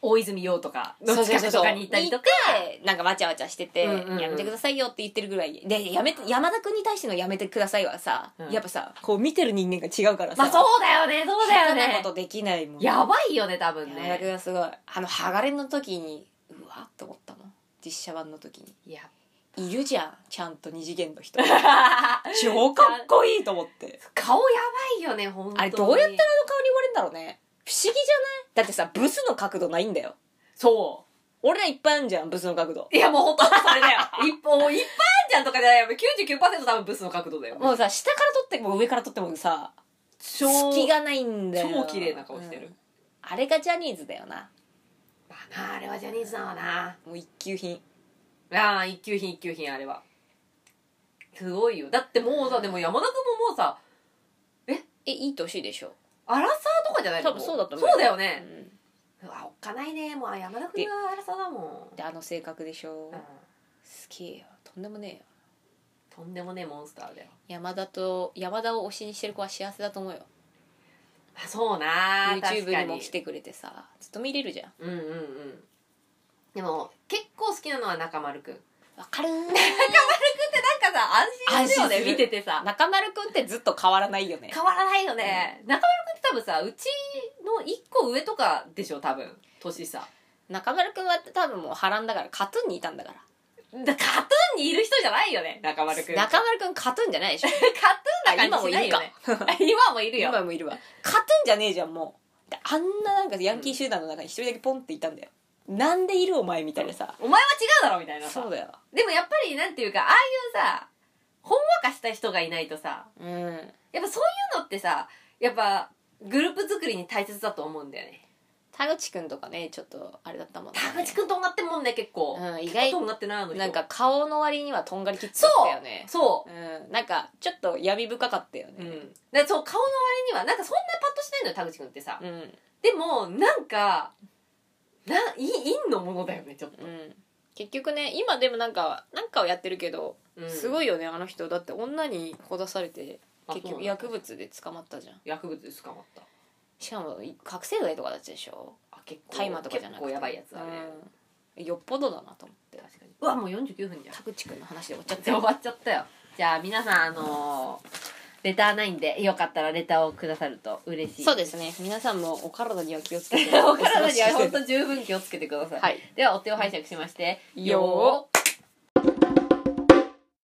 A: 大泉洋とかの
B: そうそう
A: 近
B: そう
A: く
B: そ
A: と
B: う
A: かにいたりとか
B: 行ってなんかわちゃわちゃしてて、
A: うんうんうん
B: やめてくださいよって言ってるぐらいでやめて山田君に対してのやめてくださいはさ、
A: うん
B: やっぱさこう見てる人間が違うからさ、
A: まあそうだよねそうだよ
B: そんな
A: ね
B: ことできないもん
A: やばいよね多分
B: 山田君
A: ね
B: がすごいあの剥がれの時にうわっと思ったもん実写版の時に
A: いや
B: いるじゃんちゃんと二次元
A: <laughs>
B: の人超かっこいいと思って
A: 顔やばいよね本当に
B: あれどうやったらあの顔に言われるんだろうね不思議じゃないだってさブスの角度ないんだよ
A: そ
B: 俺らいっぱいあるじゃんブスの角度
A: ういやもうほとんどそれだよ一本もういっぱいあんじゃんとかじゃないよ99%多分ブスの角度だよ
B: もうさ下から撮っても上から撮ってもさ
A: 超
B: 隙がないんだよ
A: 超綺麗な顔してる、
B: うんあれがジャニーズだよな
A: まあなあれはジャニーズなのな
B: もう一級品
A: ああ一級品一級品あれはすごいよだってもうさでも山田君ももうさ
B: えいい年でしょ
A: アラサーとかじゃないの
B: 多分そうだと思
A: も
B: う
A: そうだよ
B: う
A: ね、
B: ん
A: うわおっかないねもう山田君がアラサーだもん、
B: であの性格でしょ
A: うん
B: 好きよとんでもねえよ
A: とんでもねえモンスターだよ
B: 山田と山田を推しにしてる子は幸せだと思うよ
A: まあそうな
B: YouTube にも来
A: 確か
B: てくれてさずっと見れるじゃん
A: にうんうんうんでも結構好きなのは中丸くん
B: わかるー <laughs>
A: なんかさ安心するよ
B: 安心
A: ね
B: する
A: 見ててさ
B: 中丸くんってずっと変わらないよね
A: 変わらないよね、中丸くんって多分さうちの一個上とかでしょ多分年さ
B: 中丸くんは多分もう波乱だからカトゥーンにいたんだから
A: だカトゥーンにいる人じゃないよね中丸くん
B: 中丸くんカトゥーンじゃ
A: <laughs>
B: ないでしょ
A: カトゥーンだからしないよね
B: あ今もいる
A: 今もいるよ
B: 今もいるわカトゥーンじゃねえじゃんもうであんななんかヤンキー集団の中に一人だけポンっていたんだよ、なんでいるお前みたいなさ
A: お前は違うだろみたいな
B: そ
A: さ
B: うだよ
A: でもやっぱりなんていうかああいうさほんわかした人がいないとさ
B: うん
A: やっぱそういうのってさやっぱグループ作りに大切だと思うんだよね
B: 田口くんとかねちょっとあれだったもんね
A: 田口くんとんがってんもんね結構、
B: うん意
A: 結
B: 外
A: 構とんがってないあの人
B: なんか顔の割にはとんがりきつ
A: そ
B: かっ
A: う
B: たよね
A: そう
B: うんなんかちょっと闇深かったよ
A: うん、
B: ね
A: でそう顔の割にはなんかそんなパッとしないのよ田口くんってさ、
B: うん
A: でもなんかない陰のものだよねちょっと
B: うん、結局ね今でもなんかなんかをやってるけど、
A: うん
B: すごいよねあの人だって女にほだされて
A: あ
B: 結
A: そう
B: 局
A: なんだ
B: 薬物で捕まったじゃん
A: 薬物で捕まった
B: しかもい覚醒剤とかだったでしょ
A: あ結構
B: 大麻とかじゃな
A: 結
B: くて
A: 構やばいやつだね、
B: うんよっぽどだなと思って
A: 確かにうわもう49分じゃん
B: 田口くんの話で終わっちゃっ
A: じ
B: た
A: ゃあ
B: よ
A: 終わっちゃったよじゃあ皆さんあのーレターないんでよかったらレターをくださると嬉しい
B: そう
A: で
B: ですね皆さんもお体に
A: <laughs>
B: は <laughs> 気をつけて
A: お体には本当十分気をつけてください、
B: はい
A: ではお手を拝借しまして
B: よ